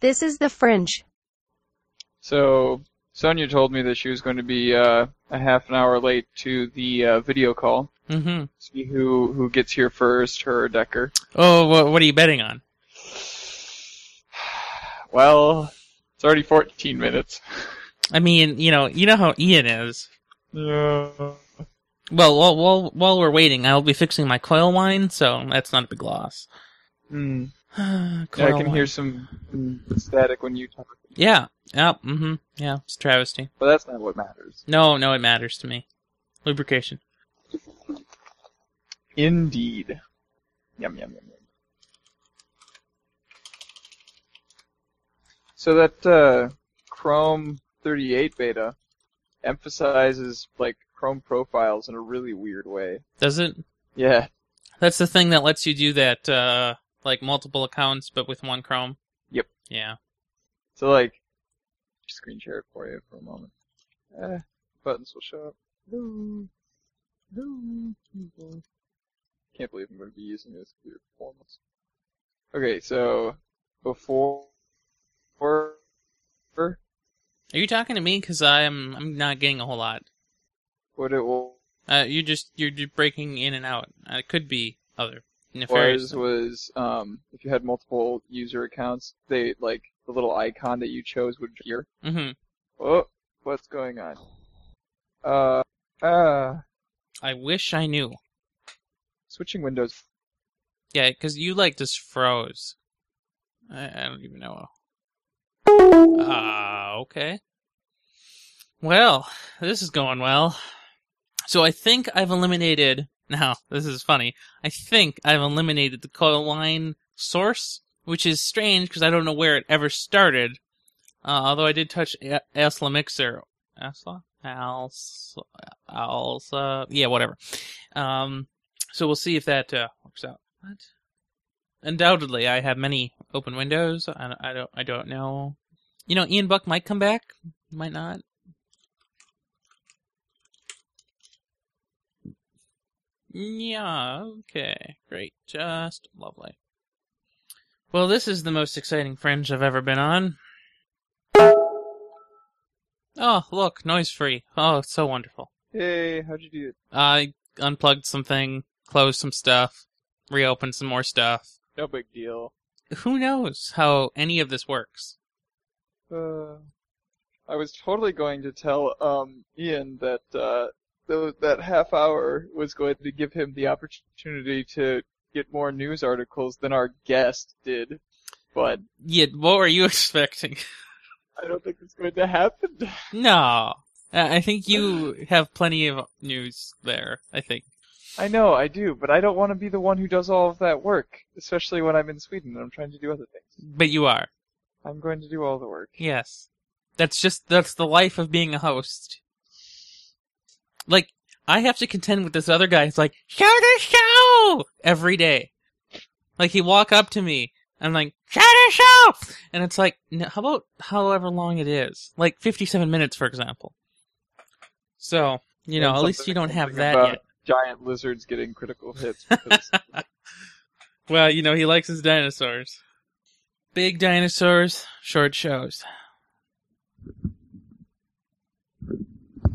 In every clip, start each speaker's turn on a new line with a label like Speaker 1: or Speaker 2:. Speaker 1: This is the fringe.
Speaker 2: So Sonia told me that she was going to be uh, a half an hour late to the uh, video call.
Speaker 3: Mm-hmm.
Speaker 2: See who who gets here first, her or Decker.
Speaker 3: Oh, what, what are you betting on?
Speaker 2: Well, it's already 14 minutes.
Speaker 3: I mean, you know, you know how Ian is.
Speaker 2: Yeah.
Speaker 3: Well, while while, while we're waiting, I'll be fixing my coil wine, so that's not a big loss.
Speaker 2: Hmm.
Speaker 3: coil
Speaker 2: Yeah, I can
Speaker 3: wine.
Speaker 2: hear some, some static when you talk,
Speaker 3: Yeah. Yeah. Mm-hmm. Yeah. It's a travesty.
Speaker 2: but that's not what matters.
Speaker 3: No, no, it matters to me. Lubrication.
Speaker 2: Indeed. Yum yum yum yum. So that uh, Chrome 38 beta emphasizes like Chrome profiles in a really weird way.
Speaker 3: Does it?
Speaker 2: Yeah,
Speaker 3: That's the thing that lets you do that, uh, like multiple accounts, but with one Chrome.
Speaker 2: Yep.
Speaker 3: Yeah.
Speaker 2: So like, screen share it for you for a moment. Eh, buttons will show up. No, no, people. Can't believe I'm going to be using this for your performance. Okay, so before, before,
Speaker 3: Are you talking to me? Because I'm I'm not getting a whole lot.
Speaker 2: what it wa-
Speaker 3: Uh, you just you're, you're breaking in and out. Uh, It could be other nefarious.
Speaker 2: was was um if you had multiple user accounts, they like the little icon that you chose would appear.
Speaker 3: Mm-hmm.
Speaker 2: Oh, what's going on? Uh, uh,
Speaker 3: I wish I knew.
Speaker 2: switching windows.
Speaker 3: Yeah, because you like just froze. I, I don't even know. Ah, okay. Well, this is going well. So I think I've eliminated. Now this is funny. I think I've eliminated the coil line source, which is strange because I don't know where it ever started. Uh, although I did touch A- Asla Mixer, Asla, Alsa, Alsa, yeah, whatever. Um, so we'll see if that uh, works out. What? Undoubtedly, I have many open windows. I, I don't. I don't know. You know, Ian Buck might come back. Might not. Yeah. Okay. Great. Just lovely. Well, this is the most exciting fringe I've ever been on. Oh, look, noise free. Oh, it's so wonderful.
Speaker 2: Hey, how'd you do it?
Speaker 3: I unplugged something, closed some stuff, reopened some more stuff.
Speaker 2: No big deal.
Speaker 3: Who knows how any of this works?
Speaker 2: Uh, I was totally going to tell um, Ian that uh, tho- that half hour was going to give him the opportunity to get more news articles than our guest did, but
Speaker 3: Yeah, what were you expecting?
Speaker 2: I don't think it's going to happen.
Speaker 3: no. Uh, I I think you have plenty of news there, I think.
Speaker 2: I know I do, but I don't want to be the one who does all of that work, especially when I'm in Sweden and I'm trying to do other things.
Speaker 3: But you are.
Speaker 2: I'm going to do all the work.
Speaker 3: Yes. That's just that's the life of being a host. Like I have to contend with this other guy. He's like, "Show the show!" every day. Like he walk up to me. I'm like, "Show the show!" And it's like, no, how about however long it is? Like 57 minutes for example. So, you know,
Speaker 2: And
Speaker 3: at least
Speaker 2: something-
Speaker 3: you don't have
Speaker 2: something
Speaker 3: that
Speaker 2: about
Speaker 3: yet.
Speaker 2: Giant lizards getting critical hits because
Speaker 3: Well, you know, he likes his dinosaurs. Big dinosaurs, short shows.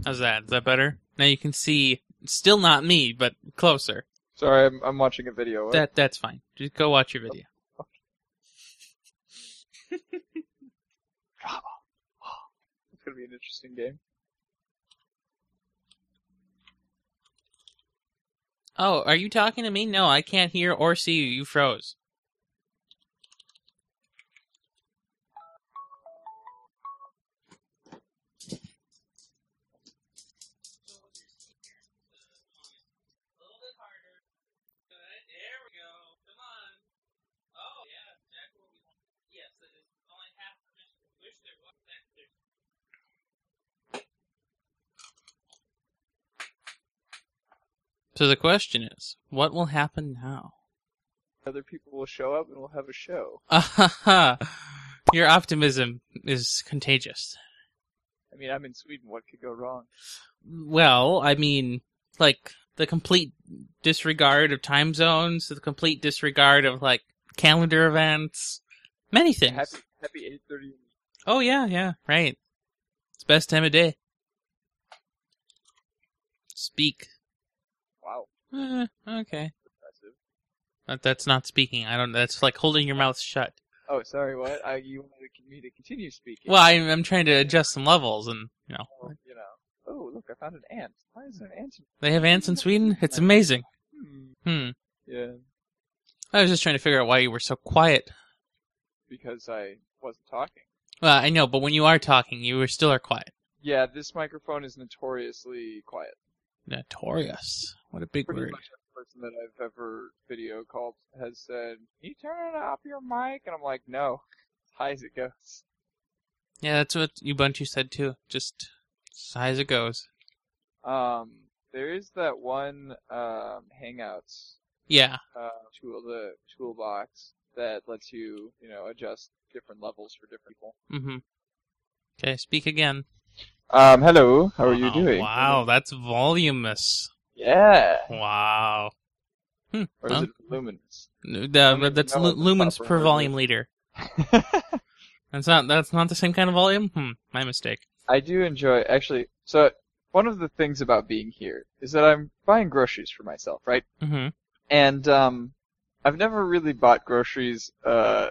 Speaker 3: How's that? Is that better? Now you can see, still not me, but closer.
Speaker 2: Sorry, I'm, I'm watching a video. What?
Speaker 3: That that's fine. Just go watch your video.
Speaker 2: It's gonna be an interesting game.
Speaker 3: Oh, are you talking to me? No, I can't hear or see you. You froze. So the question is, what will happen now?
Speaker 2: Other people will show up and we'll have a show.
Speaker 3: Ahaha. Your optimism is contagious.
Speaker 2: I mean, I'm in Sweden. What could go wrong?
Speaker 3: Well, I mean, like the complete disregard of time zones, the complete disregard of like calendar events, many things.
Speaker 2: Happy, Happy 8:30.
Speaker 3: Oh yeah, yeah, right. It's best time of day. Speak.
Speaker 2: Wow,
Speaker 3: Eh, okay.
Speaker 2: impressive.
Speaker 3: But that's not speaking. I don't. That's like holding your mouth shut.
Speaker 2: Oh, sorry, what? I, you wanted me to continue speaking.
Speaker 3: Well, I'm, I'm trying to adjust some levels, and you know
Speaker 2: Well, you know. Oh, look, I found an ant. Why is there an ant? in-
Speaker 3: they have ants in Sweden. It's amazing.
Speaker 2: Hmm.
Speaker 3: Hmm.
Speaker 2: Yeah,
Speaker 3: I was just trying to figure out why you were so quiet.
Speaker 2: because I wasn't talking.
Speaker 3: Well, I know, but when you are talking, you are still are quiet.
Speaker 2: Yeah, this microphone is notoriously quiet.
Speaker 3: Notorious. What a big
Speaker 2: Pretty
Speaker 3: word.
Speaker 2: much every person that I've ever video called has said, "Can you turn it up your mic?" And I'm like, "No, as high as it goes."
Speaker 3: Yeah, that's what Ubuntu said too. Just as high as it goes.
Speaker 2: Um, there is that one um, Hangouts
Speaker 3: Yeah.
Speaker 2: uh, tool, the toolbox that lets you, you know, adjust different levels for different people.
Speaker 3: Mm-hmm. Okay, speak again.
Speaker 2: Um, hello. How are you
Speaker 3: Oh,
Speaker 2: doing?
Speaker 3: Wow, that's voluminous.
Speaker 2: Yeah.
Speaker 3: Wow. Hmm.
Speaker 2: Or is
Speaker 3: well,
Speaker 2: it luminous?
Speaker 3: n-
Speaker 2: don't
Speaker 3: uh,
Speaker 2: even
Speaker 3: that's
Speaker 2: know
Speaker 3: lu-
Speaker 2: what the
Speaker 3: lumens
Speaker 2: proper
Speaker 3: per
Speaker 2: word
Speaker 3: volume
Speaker 2: is.
Speaker 3: liter. That's not. That's not the same kind of volume. Hmm. My mistake.
Speaker 2: I do enjoy actually. So one of the things about being here is that I'm buying groceries for myself, right?
Speaker 3: Mm-hmm.
Speaker 2: And um, I've never really bought groceries uh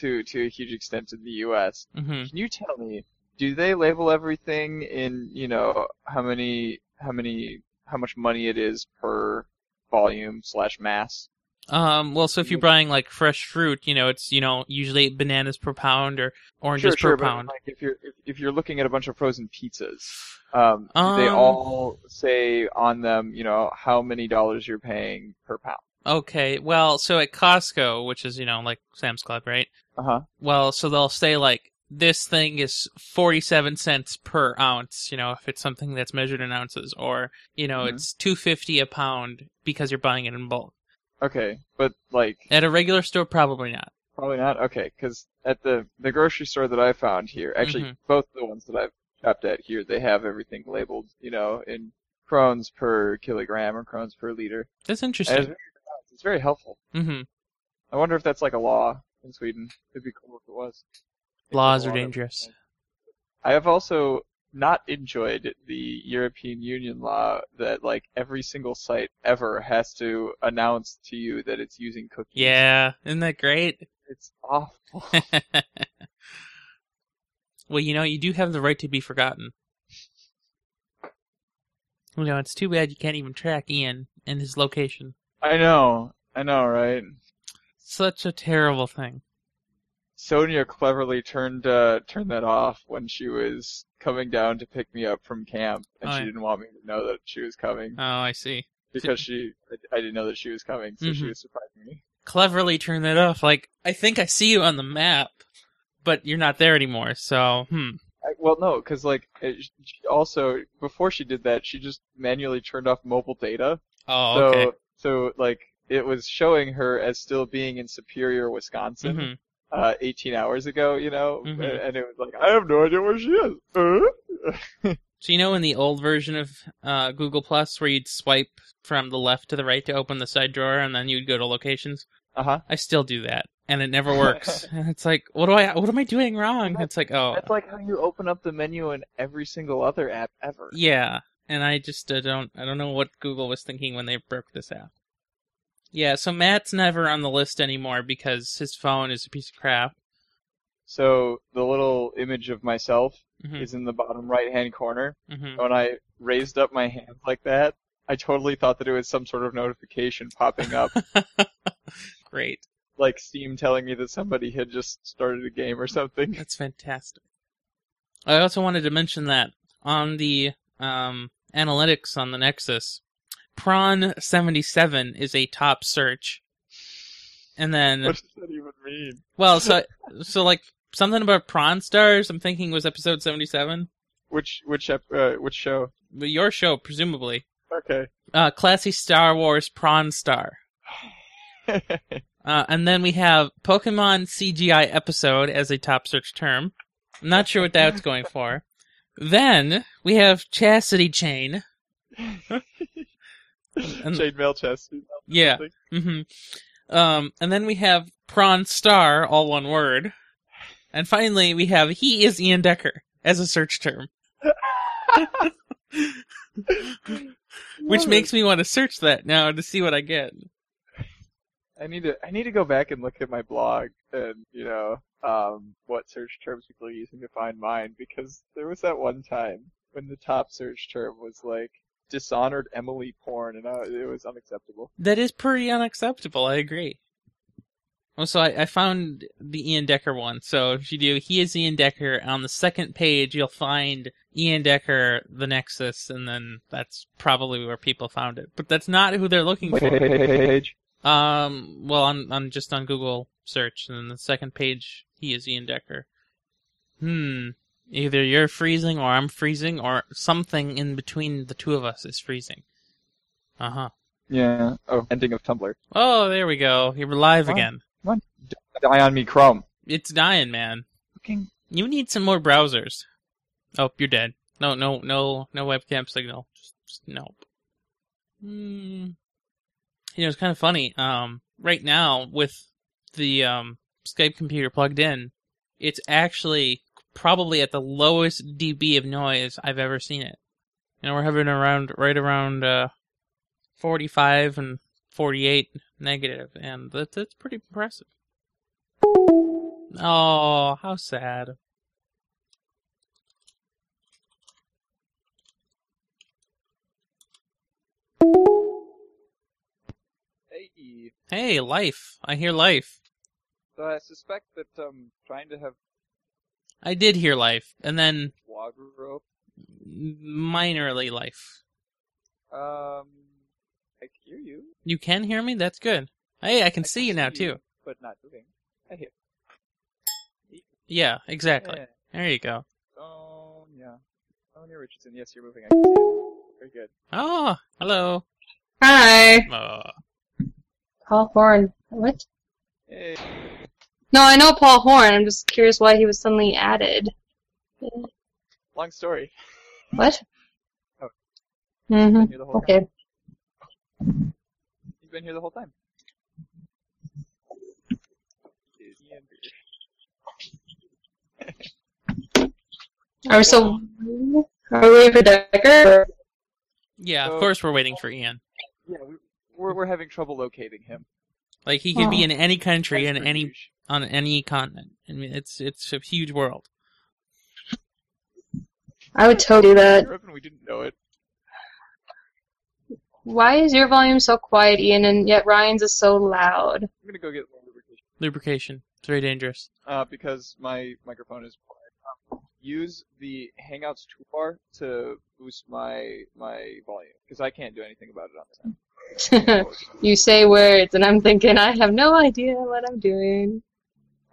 Speaker 2: to to a huge extent in the U.S.
Speaker 3: Mm-hmm.
Speaker 2: Can you tell me? Do they label everything in you know how many how many how much money it is per volume slash mass?
Speaker 3: Um, well, so if
Speaker 2: Mm-hmm.
Speaker 3: you're buying like fresh fruit, you know, it's you know usually eight bananas per pound or oranges
Speaker 2: sure, sure,
Speaker 3: per
Speaker 2: but
Speaker 3: pound.
Speaker 2: like if you're if, if you're looking at a bunch of frozen pizzas, um, do they
Speaker 3: Um,
Speaker 2: all say on them, you know, how many dollars you're paying per pound.
Speaker 3: Okay, well, so at Costco, which is you know like Sam's Club, right?
Speaker 2: Uh huh.
Speaker 3: Well, so they'll say like this thing is forty-seven cents per ounce, you know, if it's something that's measured in ounces, or you know
Speaker 2: Mhm.
Speaker 3: it's two fifty a pound because you're buying it in bulk.
Speaker 2: Okay, but like
Speaker 3: At a regular store, probably not.
Speaker 2: probably not. Okay, because at the the grocery store that I found here, actually
Speaker 3: Mhm.
Speaker 2: both the ones that I've shopped at here, they have everything labeled, you know, in crones per kilogram or crones per liter.
Speaker 3: That's
Speaker 2: And it's
Speaker 3: interesting.
Speaker 2: very, it's very helpful.
Speaker 3: Mm-hmm.
Speaker 2: I wonder if that's like a law in Sweden. It'd be cool if it was.
Speaker 3: Laws
Speaker 2: Law
Speaker 3: are
Speaker 2: that-
Speaker 3: dangerous.
Speaker 2: I have also not enjoyed the European Union law that like every single site ever has to announce to you that it's using cookies.
Speaker 3: Yeah, isn't that great?
Speaker 2: It's awful.
Speaker 3: well, you know, you do have the right to be forgotten. You know, it's too bad you can't even track Ian and his location.
Speaker 2: I know. I know, right?
Speaker 3: Such a terrible thing.
Speaker 2: Sonia cleverly turned uh, turned that off when she was coming down to pick me up from camp, and
Speaker 3: Oh,
Speaker 2: she
Speaker 3: yeah.
Speaker 2: didn't want me to know that she was coming
Speaker 3: Oh, I see.
Speaker 2: because she I, I didn't know that she was coming, so she
Speaker 3: Mhm.
Speaker 2: was surprising me.
Speaker 3: Cleverly turn that off. Like, I think I see you on the map, but you're not there anymore, so, hmm.
Speaker 2: I, well, no, because like it, sh- she also before she did that, she just manually turned off mobile data.
Speaker 3: Oh,
Speaker 2: so
Speaker 3: okay.
Speaker 2: so like it was showing her as still being in Superior, Wisconsin,
Speaker 3: Mhm.
Speaker 2: uh, 18 hours ago, you know,
Speaker 3: Mhm.
Speaker 2: a- and it was like I have no idea where she is. Uh?
Speaker 3: So, you know, in the old version of uh, Google Plus, where you'd swipe from the left to the right to open the side drawer and then you'd go to locations?
Speaker 2: Uh huh.
Speaker 3: I still do that, and it never works. and it's like, what do I? What am I doing wrong?
Speaker 2: That's-
Speaker 3: It's like, oh,
Speaker 2: That's like how you open up the menu in every single other app ever.
Speaker 3: yeah. And I just uh, don't. I don't know what Google was thinking when they broke this app. Yeah, so Matt's never on the list anymore because his phone is a piece of crap.
Speaker 2: So the little image of myself
Speaker 3: hmm
Speaker 2: is in the bottom right hand corner.
Speaker 3: hmm
Speaker 2: When I raised up my hand like that, I totally thought that it was some sort of notification popping up,
Speaker 3: Great,
Speaker 2: like Steam telling me that somebody had just started a game or something.
Speaker 3: that's fantastic. I also wanted to mention that on the um, analytics on the Nexus, prawn seventy seven is a top search, and then
Speaker 2: What does that even mean?
Speaker 3: Well, so so like something about Prawn Stars. I'm thinking was episode seventy seven.
Speaker 2: Which which ep- uh, which show?
Speaker 3: But your show, presumably,
Speaker 2: Okay.
Speaker 3: uh, classy Star Wars Prawn Star. Uh, and then we have Pokemon CGI episode as a top search term. I'm not sure what that's going for. Then we have Chastity Chain. and-
Speaker 2: Chainmail chest.
Speaker 3: Yeah. mm-hmm. hmm Um, and then we have Prawn Star, all one word. And finally, we have he is Ian Decker as a search term, which
Speaker 2: Love
Speaker 3: makes me want to search that now to see what I get.
Speaker 2: it. I need to I need to go back and look at my blog and you know um what search terms people are using to find mine because there was that one time when the top search term was like dishonored Emily porn and I, it was unacceptable.
Speaker 3: That is pretty unacceptable. I agree. Well, so I, I found the Ian Decker one. So if you do, he is Ian Decker. On the second page, you'll find Ian Decker, the Nexus, and then that's probably where people found it. But that's not who they're looking for.
Speaker 2: Page.
Speaker 3: Um, well, on on just on Google search, and then the second page, he is Ian Decker. Hmm. Either you're freezing, or I'm freezing, or something in between the two of us is freezing. Uh huh.
Speaker 2: Yeah. Oh, ending of Tumblr.
Speaker 3: Oh, there we go. You're live
Speaker 2: Wow.
Speaker 3: again.
Speaker 2: Die on me, Chrome.
Speaker 3: It's dying, man.
Speaker 2: Fucking
Speaker 3: You need some more browsers. Oh, you're dead. No, no, no, no webcam signal. Just, just nope. Hmm. You know, it's kind of funny. Um, right now with the um Skype computer plugged in, it's actually probably at the lowest dB of noise I've ever seen it. You know, we're having around right around uh, 45 and 48 negative, and that's that's pretty impressive. Oh, how sad.
Speaker 2: hey.
Speaker 3: Hey, life. I hear life.
Speaker 2: So E. I suspect that um trying to have
Speaker 3: I did hear life, and then
Speaker 2: blog rope
Speaker 3: minorly life.
Speaker 2: um I hear you.
Speaker 3: You can hear me? That's good. Hey, I can
Speaker 2: I
Speaker 3: see you now, too.
Speaker 2: But not moving. I hear.
Speaker 3: Yeah, exactly.
Speaker 2: Yeah.
Speaker 3: There you go.
Speaker 2: Oh yeah. Oh, near Richardson. Yes, you're moving. I can see it. Very good.
Speaker 3: Oh, hello.
Speaker 1: Hi.
Speaker 3: Uh,
Speaker 1: Paul Horn. What?
Speaker 2: Hey.
Speaker 1: No, I know Paul Horn. I'm just curious why he was suddenly added.
Speaker 2: Long story.
Speaker 1: What?
Speaker 2: Oh.
Speaker 1: hmm
Speaker 2: Been here the whole time.
Speaker 1: Okay.
Speaker 2: He's been here the whole time. Is he in here?
Speaker 1: Are we so? Are we for Decker?
Speaker 3: yeah,
Speaker 2: So-
Speaker 3: of course we're waiting for Ian.
Speaker 2: Yeah, we, we're we're having trouble locating him.
Speaker 3: Like, he could be in any country,
Speaker 2: Oh. That's
Speaker 3: in
Speaker 2: pretty
Speaker 3: any,
Speaker 2: huge.
Speaker 3: on any continent. I mean, it's, it's a huge world.
Speaker 1: I would totally do that.
Speaker 2: We're hoping we didn't know it.
Speaker 1: Why is your volume so quiet, Ian, and yet Ryan's is so loud?
Speaker 2: I'm gonna go get more lubrication.
Speaker 3: Lubrication. It's very dangerous.
Speaker 2: Uh, because my microphone is quiet. Um, Use the Hangouts toolbar to boost my my volume because I can't do anything about it on this end.
Speaker 1: you say words, and I'm thinking I have no idea what I'm doing.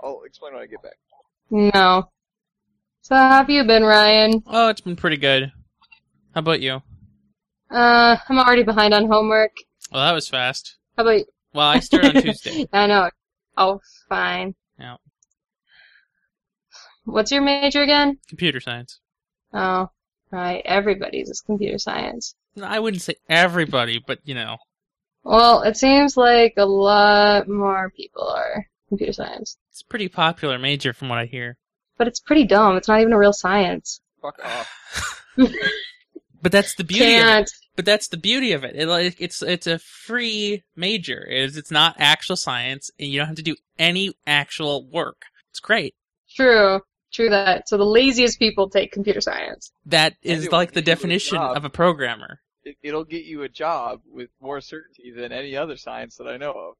Speaker 2: I'll explain when I get back.
Speaker 1: No. So how have you been, Ryan?
Speaker 3: Oh, it's been pretty good. How about you?
Speaker 1: Uh, I'm already behind on homework.
Speaker 3: Well, that was fast.
Speaker 1: How about
Speaker 3: Well, I start on Tuesday.
Speaker 1: I know. Oh, fine.
Speaker 3: Yeah.
Speaker 1: What's your major again?
Speaker 3: Computer science.
Speaker 1: Oh, right. Everybody's is computer science.
Speaker 3: No, I wouldn't say everybody, but you know,
Speaker 1: Well, it seems like a lot more people are computer science.
Speaker 3: it's a pretty popular major from what I hear.
Speaker 1: But it's pretty dumb. It's not even a real science.
Speaker 2: Fuck off.
Speaker 3: But that's the beauty. Of it.
Speaker 1: Can't.
Speaker 3: But that's the beauty of it. it. like, It's it's a free major. It is it's not actual science, and you don't have to do any actual work. It's great.
Speaker 1: True. True that. So the laziest people take computer science.
Speaker 3: That
Speaker 2: And
Speaker 3: is
Speaker 2: it
Speaker 3: like
Speaker 2: will give
Speaker 3: the
Speaker 2: you a
Speaker 3: definition
Speaker 2: job.
Speaker 3: of a programmer.
Speaker 2: It, it'll get you a job with more certainty than any other science that I know of.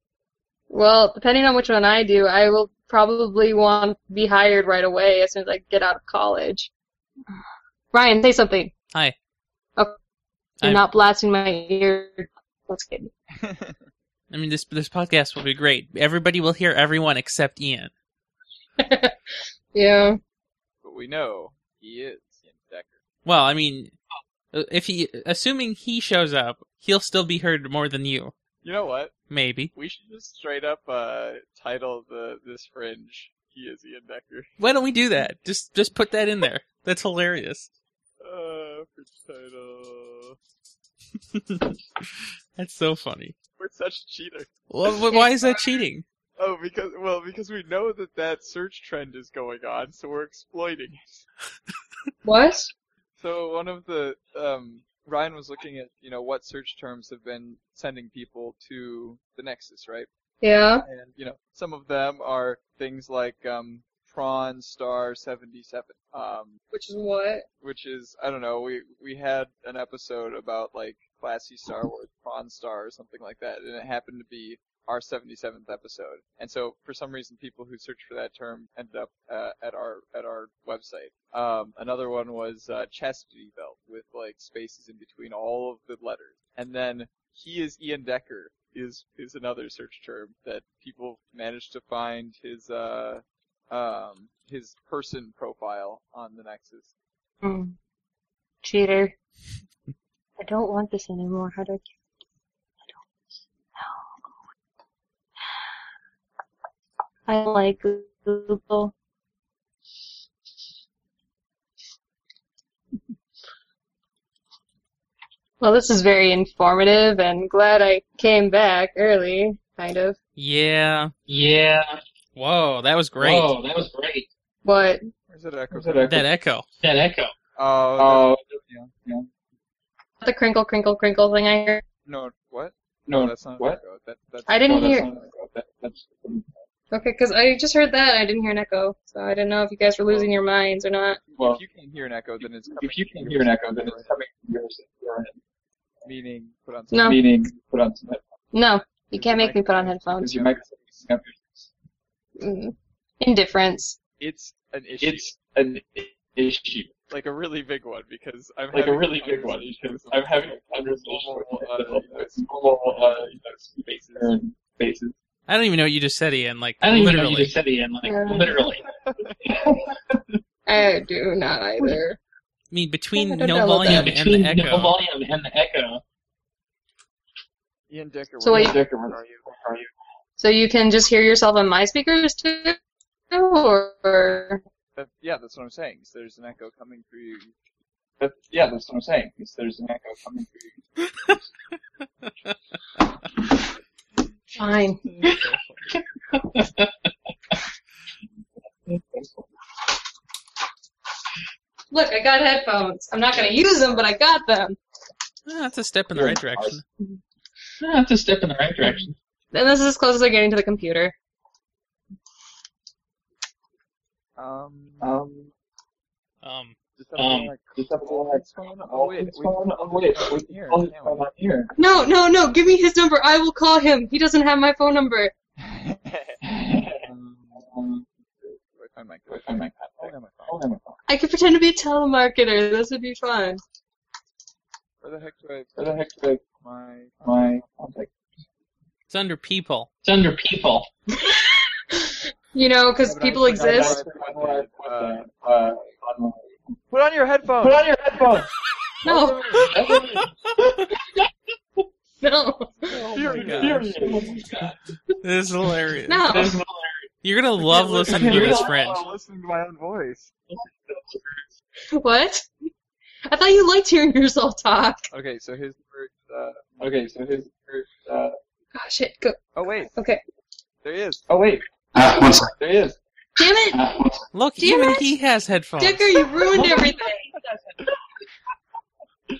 Speaker 1: Well, depending on which one I do, I will probably want to be hired right away as soon as I get out of college. Ryan, say something.
Speaker 3: Hi.
Speaker 1: Okay. You're
Speaker 3: I'm-
Speaker 1: not blasting my ear. That's good.
Speaker 3: I mean, this this podcast will be great. Everybody will hear everyone except Ian.
Speaker 1: Yeah.
Speaker 2: But we know he is Ian Decker.
Speaker 3: Well, I mean, uh, if he assuming he shows up, he'll still be heard more than you,
Speaker 2: You know what?
Speaker 3: maybe.
Speaker 2: We should just straight up uh, title the this fringe "He is Ian Decker."
Speaker 3: Why don't we do that? Just just put that in there. That's hilarious.
Speaker 2: Uh, fringe title.
Speaker 3: That's so funny.
Speaker 2: We're such cheaters.
Speaker 3: Well, why is that cheating?
Speaker 2: Oh, because well, because we know that that search trend is going on, so we're exploiting it.
Speaker 1: What?
Speaker 2: So one of the um, Ryan was looking at you know what search terms have been sending people to the Nexus, right?
Speaker 1: Yeah.
Speaker 2: And you know some of them are things like um, prawn star seventy seven, um,
Speaker 1: Which is what?
Speaker 2: which is I don't know. We we had an episode about like classy Star Wars prawn star or something like that, and it happened to be our 77th episode. And so for some reason, people who searched for that term ended up uh, at our at our website. Um, another one was uh, chastity belt with like spaces in between all of the letters. And then he is Ian Decker is is another search term that people managed to find his uh um his person profile on the Nexus.
Speaker 1: Hmm. Cheater. I don't want this anymore. How do I get I don't. No. I like Google. Well, this is very informative and glad I came back early, kind of.
Speaker 3: Yeah.
Speaker 4: Yeah.
Speaker 3: Whoa, that was great.
Speaker 4: Whoa, that was great.
Speaker 1: But
Speaker 2: Where's that echo?
Speaker 4: Where's
Speaker 3: That
Speaker 4: that echo?
Speaker 3: echo.
Speaker 4: That echo.
Speaker 2: Oh,
Speaker 4: Oh,
Speaker 1: the crinkle, crinkle, crinkle thing I heard.
Speaker 2: no, what?
Speaker 4: no,
Speaker 2: that's not an
Speaker 4: what?
Speaker 2: echo. That, that's
Speaker 1: I
Speaker 4: No,
Speaker 1: didn't
Speaker 4: that's
Speaker 1: hear.
Speaker 4: not an echo. That- that's-
Speaker 1: Okay, because I just heard that and I didn't hear an echo, so I didn't know if you guys were losing your minds or not.
Speaker 4: well,
Speaker 2: if you can hear an echo, then it's coming
Speaker 4: if you can
Speaker 2: from
Speaker 4: hear an
Speaker 2: your
Speaker 4: echo, then it's coming from yours. Your end.
Speaker 2: meaning put on.
Speaker 1: No.
Speaker 4: Meaning, put on some headphones.
Speaker 1: No, you can't make me put on
Speaker 4: because
Speaker 1: headphones.
Speaker 4: You might be picking up your
Speaker 1: Mm. Indifference.
Speaker 2: It's an issue.
Speaker 4: It's an i- issue.
Speaker 2: like a really big one because I'm
Speaker 4: Like a
Speaker 2: having
Speaker 4: really big one. because I'm having a conversation with
Speaker 2: Normal, uh,
Speaker 4: uh, normal, uh, you know, spaces. and spaces.
Speaker 3: I don't even know what you just said, Ian. Like
Speaker 4: I don't even know
Speaker 3: literally.
Speaker 4: you just said the end, like,
Speaker 1: Yeah.
Speaker 4: literally.
Speaker 1: I do not either.
Speaker 3: I mean, between
Speaker 1: I
Speaker 3: no
Speaker 1: don't know about
Speaker 3: volume
Speaker 4: yeah,
Speaker 1: that.
Speaker 4: between
Speaker 3: and the echo.
Speaker 4: no volume and the echo.
Speaker 2: Ian Decker.
Speaker 1: So
Speaker 2: where
Speaker 1: wait-
Speaker 2: the fuck are you?
Speaker 4: Are you?
Speaker 1: So you can just hear yourself on my speakers too, or
Speaker 2: That, yeah, that's what I'm saying. So there's an echo coming through you.
Speaker 4: That's, yeah, that's what I'm saying. Is there's an echo coming through.
Speaker 1: fine. Look, I got headphones. I'm not gonna use them, but I got them.
Speaker 3: Ah, that's a step in the right direction.
Speaker 4: Yeah, that's a step in the right direction.
Speaker 1: And this is as close as I'm getting to the computer.
Speaker 2: Um,
Speaker 4: Um,
Speaker 3: Um,
Speaker 2: just up
Speaker 4: um,
Speaker 2: to, like,
Speaker 4: just up to, like,
Speaker 2: what's going on? Oh
Speaker 4: oh,
Speaker 2: wait,
Speaker 4: it's
Speaker 2: wait,
Speaker 4: on, oh, wait,
Speaker 2: it's
Speaker 4: wait,
Speaker 2: on here,
Speaker 4: oh, it's
Speaker 2: can't we?
Speaker 4: on up here.
Speaker 1: No, no, no. Give me his number. I will call him. He doesn't have my phone number.
Speaker 2: um,
Speaker 4: um,
Speaker 2: wait, find my
Speaker 4: wait, find my
Speaker 2: Oh,
Speaker 4: contact.
Speaker 2: yeah, my phone.
Speaker 4: Oh, I'm a phone.
Speaker 1: I could pretend to be a telemarketer. This would be fun.
Speaker 2: Where the heck do I
Speaker 4: Where the heck did
Speaker 2: put my?
Speaker 4: I, my contact?
Speaker 3: it's under people.
Speaker 4: It's under people.
Speaker 1: You know, because
Speaker 2: Yeah, but I
Speaker 1: people
Speaker 2: forgot
Speaker 1: exist.
Speaker 2: about-
Speaker 4: Uh, uh, on
Speaker 2: Put on your
Speaker 4: my-
Speaker 2: headphones.
Speaker 4: Put on your headphones.
Speaker 1: No, no,
Speaker 2: Oh
Speaker 4: You're-
Speaker 2: my
Speaker 3: God.
Speaker 4: you're-
Speaker 2: gosh.
Speaker 3: This is hilarious.
Speaker 1: no.
Speaker 4: There's no-
Speaker 3: You're gonna love listening to
Speaker 4: You're
Speaker 3: this
Speaker 4: gonna
Speaker 3: French.
Speaker 2: I'm listening to my own voice.
Speaker 1: What? I thought you liked hearing yourself talk.
Speaker 2: Okay, so here's the first. Uh,
Speaker 4: Okay, so here's uh,
Speaker 1: Oh shit. Go.
Speaker 2: oh wait,
Speaker 1: Okay.
Speaker 2: there he is.
Speaker 4: oh wait,
Speaker 5: Uh, one sec.
Speaker 4: there he is.
Speaker 1: Damn it,
Speaker 4: Uh,
Speaker 3: Look,
Speaker 1: Damn
Speaker 3: even
Speaker 1: it.
Speaker 3: he has headphones.
Speaker 1: Dicker! You ruined everything.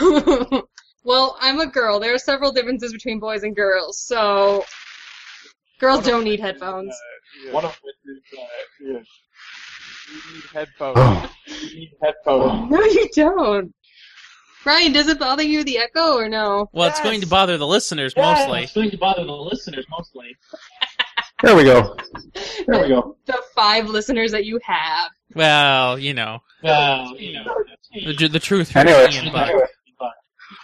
Speaker 1: well, I'm a girl. There are several differences between boys and girls, so girls don't need headphones.
Speaker 2: Uh, yeah.
Speaker 4: one of which is uh, yeah,
Speaker 2: You need headphones.
Speaker 5: Oh,
Speaker 4: you need headphones.
Speaker 1: No, you don't. Ryan, does it bother you the echo or no?
Speaker 3: Well, it's going to bother the listeners mostly.
Speaker 4: It's going to bother the listeners mostly.
Speaker 5: there we go.
Speaker 4: There we go.
Speaker 1: The five listeners that you have.
Speaker 3: Well, you know,
Speaker 4: Uh, you know.
Speaker 3: the, ju- the truth.
Speaker 5: Anyway.
Speaker 3: hurts Ian, but-
Speaker 4: Anyway,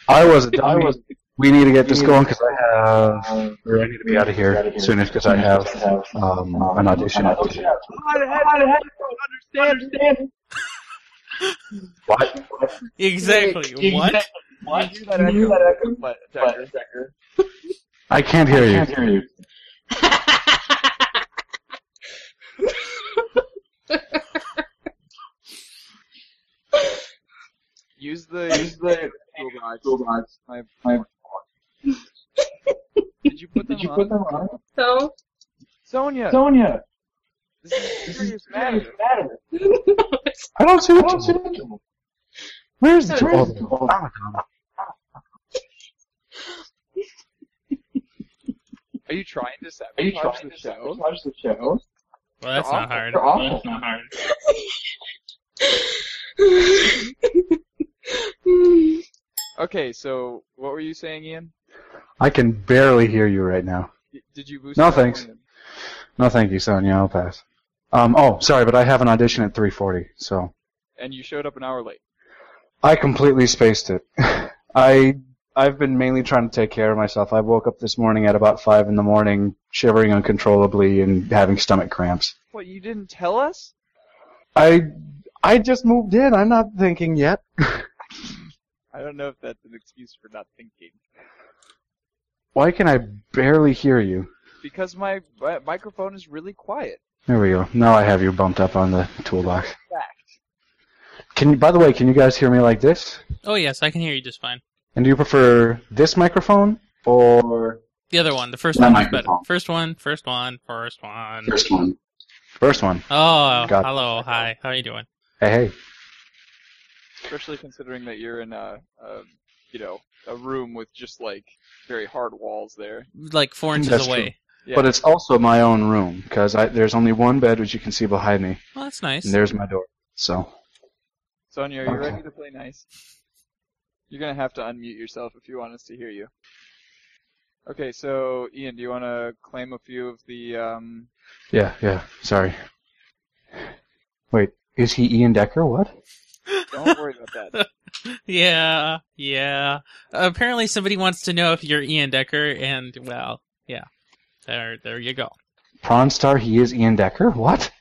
Speaker 5: I wasn't.
Speaker 4: I was
Speaker 5: We need to get this going because I have. Or I need to be out of here soonish because I have um, an audition.
Speaker 4: Oh, Understand?
Speaker 5: What?
Speaker 3: Exactly. What?
Speaker 4: What?
Speaker 2: You do that echo. But, Decker,
Speaker 4: But, Decker,
Speaker 5: I can't hear
Speaker 4: I
Speaker 5: you.
Speaker 4: hear you.
Speaker 2: use the
Speaker 4: Use the
Speaker 2: Google Docs.
Speaker 4: toolbox.
Speaker 2: My,
Speaker 4: My-
Speaker 2: did you put them
Speaker 4: Did you
Speaker 2: on?
Speaker 4: put them on?
Speaker 1: so,
Speaker 2: Sonia,
Speaker 4: Sonia,
Speaker 2: this is serious
Speaker 4: matter.
Speaker 2: matter.
Speaker 4: matter.
Speaker 5: I don't see
Speaker 4: What's wrong
Speaker 5: what. you-
Speaker 4: with you?
Speaker 5: Where's the
Speaker 4: Where's
Speaker 5: oh,
Speaker 4: the- oh,
Speaker 5: Ramadan?
Speaker 2: Are you trying to sabotage
Speaker 4: Are you trying
Speaker 2: the
Speaker 4: to
Speaker 2: show?
Speaker 4: sabotage the show?
Speaker 3: Well, that's
Speaker 2: They're
Speaker 3: not hard.
Speaker 4: They're awful.
Speaker 6: That's not hard.
Speaker 2: Okay, so what were you saying, Ian?
Speaker 5: I can barely hear you right now.
Speaker 2: Y- Did you boost?
Speaker 5: No,
Speaker 2: it up
Speaker 5: thanks.
Speaker 2: on him?
Speaker 5: No, thank you, Sonia. I'll pass. Um, oh, sorry, but I have an audition at 3:40, so
Speaker 2: And you showed up an hour late.
Speaker 5: I completely spaced it. I I've been mainly trying to take care of myself. I woke up this morning at about five in the morning, shivering uncontrollably and having stomach cramps.
Speaker 2: What? You didn't tell us?
Speaker 5: I I just moved in. I'm not thinking yet.
Speaker 2: I don't know if that's an excuse for not thinking.
Speaker 5: Why can I barely hear you?
Speaker 2: Because my, my microphone is really quiet.
Speaker 5: There we go. Now I have you bumped up on the toolbox.
Speaker 2: Fact.
Speaker 5: Can you, by the way, can you guys hear me like this?
Speaker 3: Oh yes, I can hear you just fine.
Speaker 5: And do you prefer this microphone or
Speaker 3: The other one, the first
Speaker 5: That
Speaker 3: one is better.
Speaker 5: microphone.
Speaker 3: First one, first one, first one.
Speaker 5: first one? First one.
Speaker 3: Oh,
Speaker 5: Got it.
Speaker 3: hello, hi, how are you doing?
Speaker 5: Hey, hey.
Speaker 2: Especially considering that you're in a, a, you know, a room with just like very hard walls there.
Speaker 3: Like four inches
Speaker 5: Mm, That's
Speaker 3: away.
Speaker 5: true.
Speaker 2: Yeah.
Speaker 5: But it's also my own room because there's only one bed which you can see behind me,
Speaker 3: Well, that's nice.
Speaker 5: and there's my door. So
Speaker 2: Sonia, are you
Speaker 5: Okay.
Speaker 2: ready to play nice? You're gonna have to unmute yourself if you want us to hear you. Okay, so Ian, do you want to claim a few of the um?
Speaker 5: yeah, yeah. Sorry. Wait, is he Ian Decker? What?
Speaker 2: Don't worry about that.
Speaker 3: Yeah, yeah. Apparently, somebody wants to know if you're Ian Decker, and well, yeah. There, there you go.
Speaker 5: Prawn Star? He is Ian Decker? What?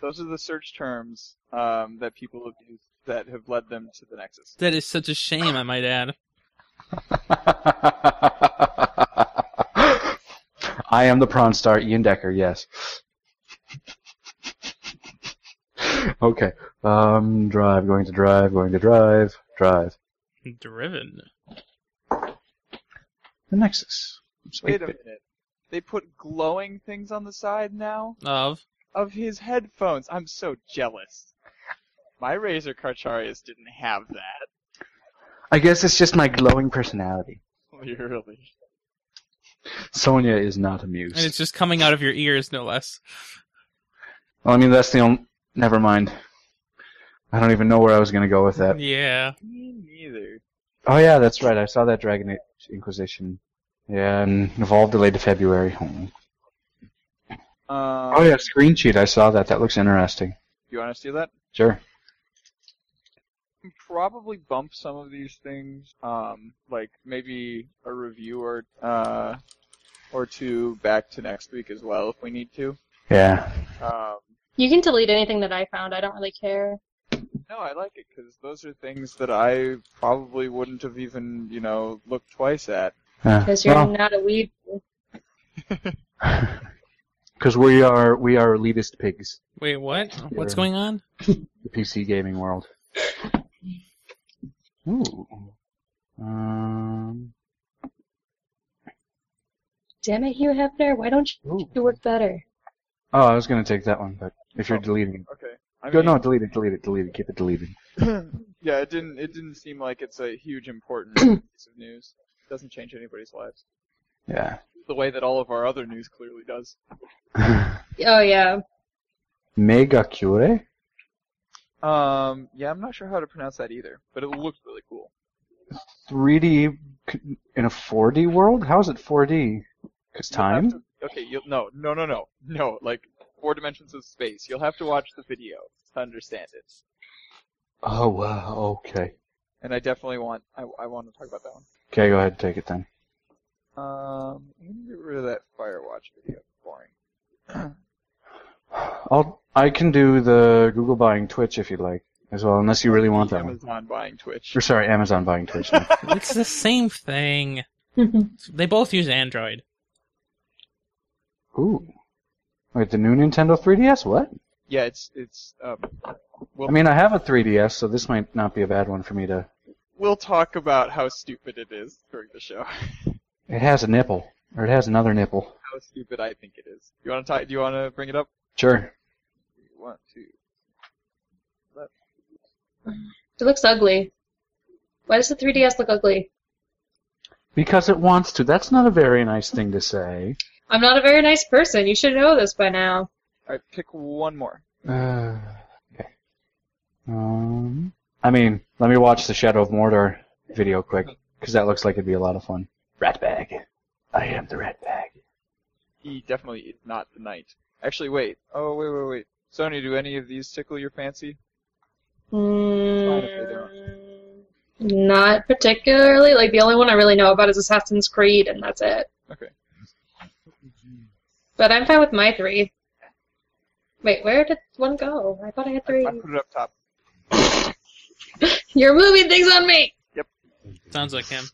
Speaker 2: Those are the search terms um that people have used that have led them to the Nexus.
Speaker 3: That is such a shame, I might add.
Speaker 5: I am the Prawn Star, Ian Decker. Yes. okay. Um, drive. Going to drive. Going to drive. Drive.
Speaker 3: Driven.
Speaker 5: The Nexus.
Speaker 2: Wait a minute. They put glowing things on the side now
Speaker 3: Of.
Speaker 2: of his headphones. I'm so jealous. My Razor Carcharias didn't have that.
Speaker 5: I guess it's just my glowing personality.
Speaker 3: Oh,
Speaker 2: Literally.
Speaker 5: Sonia is not amused.
Speaker 3: And it's just coming out of your ears, no less.
Speaker 5: well, I mean, that's the only. Never mind. I don't even know where I was going to go with that.
Speaker 3: Yeah.
Speaker 2: Me neither.
Speaker 5: Oh yeah, that's right. I saw that Dragon Age Inquisition. Yeah, and evolved delayed to February. Hmm.
Speaker 2: Um,
Speaker 5: Oh yeah, screen sheet. I saw that. That looks interesting.
Speaker 2: You want to see that?
Speaker 5: Sure.
Speaker 2: can probably bump some of these things, um, like maybe a review or uh, or two back to next week as well if we need to.
Speaker 5: Yeah.
Speaker 2: Um,
Speaker 1: You can delete anything that I found. I don't really care.
Speaker 2: no, I like it because those are things that I probably wouldn't have even you know looked twice at.
Speaker 5: Uh,
Speaker 1: Because you're not a weed.
Speaker 5: because we are we are elitist pigs.
Speaker 3: Wait, what? What's
Speaker 5: Yeah.
Speaker 3: going on?
Speaker 5: The PC gaming world. Ooh. Um.
Speaker 1: Damn it, Hugh Hefner. Why don't
Speaker 5: Ooh.
Speaker 1: you work better?
Speaker 5: Oh, I was gonna take that one, but if you're
Speaker 2: Oh.
Speaker 5: deleting it,
Speaker 2: Okay. I
Speaker 5: go
Speaker 2: mean,
Speaker 5: no, delete it, delete it, delete it, keep it deleted.
Speaker 2: yeah, it didn't. It didn't seem like it's a huge important piece of news. It doesn't change anybody's lives
Speaker 5: Yeah.
Speaker 2: the way that all of our other news clearly does.
Speaker 1: Oh, yeah.
Speaker 5: Mega Cure.
Speaker 2: Um, yeah, I'm not sure how to pronounce that either, but it looked really cool.
Speaker 5: 3D c- in a 4D world? How is it 4D? Because
Speaker 2: You'll have
Speaker 5: time?
Speaker 2: to- okay, you'll no, no, no, no, no. Like four dimensions of space. You'll have to watch the video to understand it.
Speaker 5: Oh, wow. Okay.
Speaker 2: And I definitely want. I, I want to talk about that one.
Speaker 5: Okay, go ahead and take it then.
Speaker 2: Um, I'm gonna get rid of that Firewatch video. Boring.
Speaker 5: I'll, I can do the Google buying Twitch if you'd like as well, unless you really want that one.
Speaker 2: Amazon buying Twitch.
Speaker 5: Or sorry, Amazon buying Twitch. no.
Speaker 3: It's the same thing. They both use Android.
Speaker 5: Ooh. Wait, the new Nintendo 3DS? What?
Speaker 2: Yeah, it's it's. Um, we'll
Speaker 5: I mean, I have a 3DS, so this might not be a bad one for me to.
Speaker 2: we'll talk about how stupid it is during the show.
Speaker 5: It has a nipple. Or it has another nipple.
Speaker 2: how stupid I think it is. You want to tie? Do you want to bring it up?
Speaker 5: Sure.
Speaker 2: One, two.
Speaker 1: It looks ugly. Why does the 3DS look ugly?
Speaker 5: Because it wants to. That's not a very nice thing to say.
Speaker 1: I'm not a very nice person. You should know this by now.
Speaker 2: All right, pick one more.
Speaker 5: Uh, okay. Um, I mean, let me watch the Shadow of Mordor video quick, because that looks like it'd be a lot of fun. Rat bag. I am the rat bag.
Speaker 2: He definitely is not the knight. Actually, wait. Oh, wait, wait, wait. Sonya, do any of these tickle your fancy?
Speaker 1: Mm, not particularly. Like the only one I really know about is Assassin's Creed, and that's it.
Speaker 2: Okay.
Speaker 1: But I'm fine with my three. Wait, where did one go? I thought I had three.
Speaker 2: I put it up top.
Speaker 1: You're moving things on me.
Speaker 3: Sounds like him.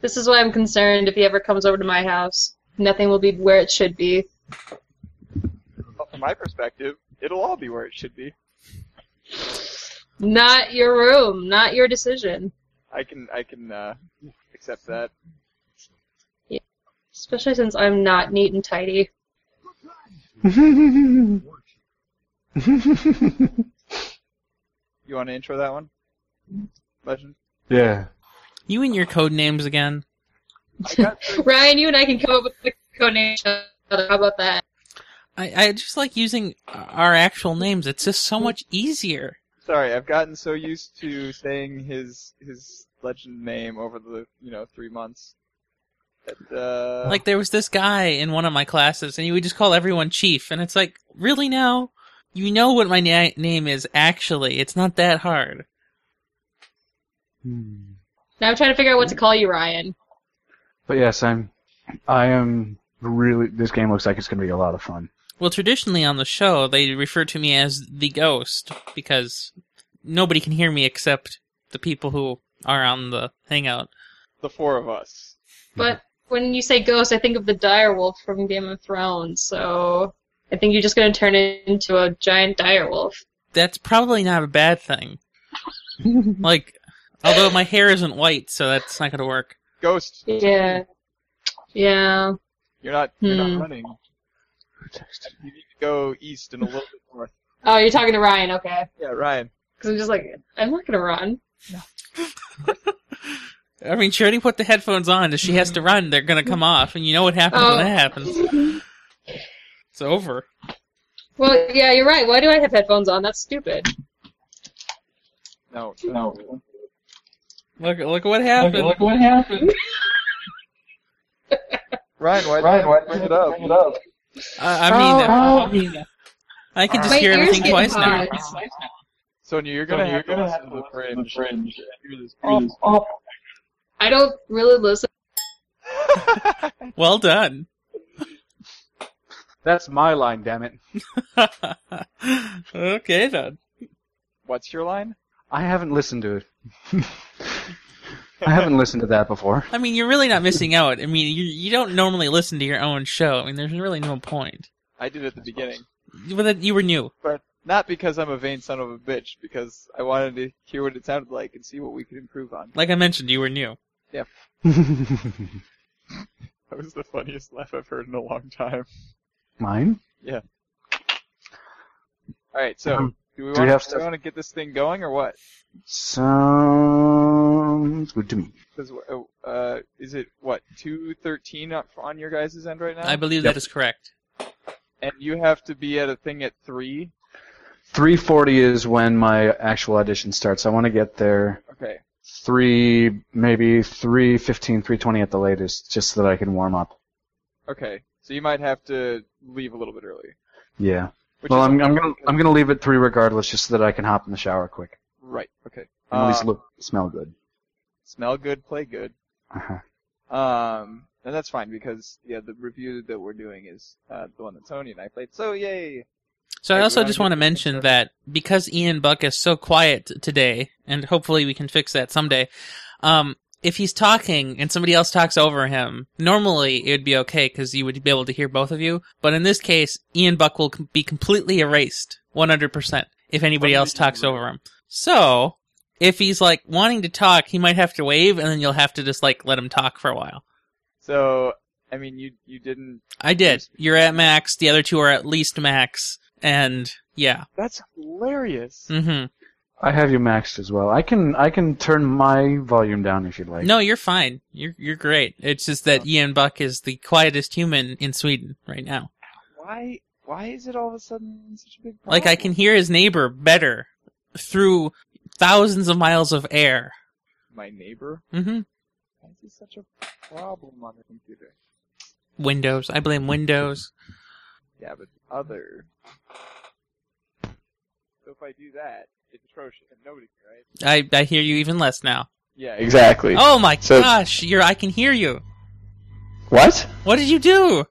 Speaker 1: This is why I'm concerned if he ever comes over to my house. Nothing will be where it should be.
Speaker 2: Well, from my perspective, it'll all be where it should be.
Speaker 1: Not your room, not your decision.
Speaker 2: I can, I can uh, accept that.
Speaker 1: Especially since I'm not neat and tidy.
Speaker 2: You want to intro that one? Legend.
Speaker 5: yeah.
Speaker 3: You and your code names again.
Speaker 2: I got the-
Speaker 1: Ryan, you and I can come up with the code name. each other. How about that?
Speaker 3: I, I just like using our actual names. It's just so much easier.
Speaker 2: Sorry, I've gotten so used to saying his his legend name over the you know three months. That, uh,
Speaker 3: Like there was this guy in one of my classes, and he would just call everyone chief, and it's like, really now? You know what my na- name is actually. It's not that hard.
Speaker 1: Now I'm trying to figure out what to
Speaker 3: Mm-hmm.
Speaker 1: call you, Ryan.
Speaker 5: But yes, I'm. I am really. This game looks like it's going to be a lot of fun.
Speaker 3: Well, traditionally on the show, they refer to me as the ghost because nobody can hear me except the people who are on the hangout.
Speaker 2: the four of us.
Speaker 1: But
Speaker 3: Mm-hmm.
Speaker 1: when you say ghost, I think of the direwolf from Game of Thrones. So I think you're just going to turn it into a giant direwolf.
Speaker 3: That's probably not a bad thing. like, although my hair isn't white, so that's not going to work.
Speaker 2: Ghost,
Speaker 1: Yeah. Yeah.
Speaker 2: you're not you're
Speaker 1: Hmm.
Speaker 2: not running. You need to go east and a little bit north.
Speaker 1: Oh, you're talking to Ryan, okay.
Speaker 2: Yeah, Ryan.
Speaker 1: Because I'm just like, I'm not going to run.
Speaker 3: I mean, she already put the headphones on. If she has to run, they're going to come off, and you know what happens
Speaker 1: Oh.
Speaker 3: when that happens. It's over.
Speaker 1: Well, yeah, you're right. Why do I have headphones on? That's stupid.
Speaker 2: No,
Speaker 4: No.
Speaker 3: Look, look what
Speaker 4: Look,
Speaker 3: happened.
Speaker 4: look what happened.
Speaker 2: Ryan, why
Speaker 4: Ryan, why
Speaker 2: bring it up?
Speaker 4: Bring it up.
Speaker 3: I, I mean,
Speaker 5: Oh,
Speaker 3: I mean, I can just
Speaker 1: My
Speaker 3: hear
Speaker 1: ears
Speaker 3: everything
Speaker 1: get
Speaker 3: twice now.
Speaker 1: hot.
Speaker 2: Sonia, you're gonna
Speaker 4: Sonia,
Speaker 2: have
Speaker 4: you're
Speaker 2: to
Speaker 4: gonna
Speaker 2: listen
Speaker 4: have
Speaker 2: to
Speaker 4: to
Speaker 2: the
Speaker 4: listen to the
Speaker 2: fringe.
Speaker 4: fringe.
Speaker 2: Hear this-
Speaker 4: Oh, oh.
Speaker 1: I don't really listen.
Speaker 3: Well done.
Speaker 5: That's my line, damn it.
Speaker 3: okay then.
Speaker 2: What's your line?
Speaker 5: I haven't listened to it. I haven't listened to that before.
Speaker 3: I mean, you're really not missing out. I mean, you you don't normally listen to your own show. I mean, there's really no point.
Speaker 2: I did at the beginning,
Speaker 3: But that you were new.
Speaker 2: but not because I'm a vain son of a bitch. Because I wanted to hear what it sounded like and see what we could improve on.
Speaker 3: Like I mentioned, you were new.
Speaker 2: That was the funniest laugh I've heard in a long time.
Speaker 5: Mine?
Speaker 2: All right, so
Speaker 5: Um,
Speaker 2: do we
Speaker 5: do we
Speaker 2: want
Speaker 5: have
Speaker 2: to,
Speaker 5: stuff-
Speaker 2: want to get this thing going or what?
Speaker 5: Sounds good to me.
Speaker 2: Because uh, is it what two thirteen up on your guys' end right now?
Speaker 3: I believe
Speaker 5: Yep.
Speaker 3: that is correct.
Speaker 2: and you have to be at a thing at three.
Speaker 5: 340 is when my actual audition starts. I want to get there
Speaker 2: Okay.
Speaker 5: 3, maybe 315, 320 at the latest, just so that I can warm up.
Speaker 2: Okay. So you might have to leave a little bit early.
Speaker 5: Yeah.
Speaker 2: Which
Speaker 5: Well,
Speaker 2: is
Speaker 5: I'm, I'm gonna I'm gonna leave at three regardless, just so that I can hop in the shower quick
Speaker 2: right. Okay.
Speaker 5: and at least
Speaker 2: Uh,
Speaker 4: Um,
Speaker 5: look smell good.
Speaker 2: smell good, play good.
Speaker 5: Uh-huh.
Speaker 2: Um, and that's fine because yeah, the review that we're doing is uh, the one that Tony and I played. So yay!
Speaker 3: So I
Speaker 2: Hey,
Speaker 3: also
Speaker 2: we
Speaker 3: just
Speaker 2: wanna
Speaker 3: want
Speaker 2: get
Speaker 3: to
Speaker 2: this
Speaker 3: mention
Speaker 2: thing
Speaker 3: that because Ian Buck is so quiet t- today, and hopefully we can fix that someday. Um, if he's talking and somebody else talks over him, normally it would be okay because you would be able to hear both of you. But in this case, Ian Buck will com- be completely erased, one hundred percent, if anybody else talks over him. So if he's like wanting to talk, he might have to wave, and then you'll have to just like let him talk for a while.
Speaker 4: So, I mean, you you didn't.
Speaker 3: I did. You're at max. The other two are at least max. And yeah.
Speaker 4: That's hilarious.
Speaker 3: Mm-hmm.
Speaker 5: I have you maxed as well. I can I can turn my volume down if you'd like. Oh.
Speaker 3: No, you're fine. You're you're great. It's just that Ian Buck is the quietest human in Sweden right now.
Speaker 4: Why why is it all of a sudden such a big problem?
Speaker 3: Hmm. Like I
Speaker 5: Oh.
Speaker 3: can hear his neighbor better through thousands of miles of air.
Speaker 4: My neighbor.
Speaker 3: hmm
Speaker 4: Why is this such a problem on the computer?
Speaker 3: Windows. I blame Windows.
Speaker 4: Yeah, but the other. So if I do that, it's atrocious, and nobody can, right?
Speaker 3: I I hear you even less now.
Speaker 4: Yeah,
Speaker 2: Exactly.
Speaker 3: Oh my
Speaker 2: So-
Speaker 3: gosh! You're I can hear you.
Speaker 2: What?
Speaker 3: What did you do?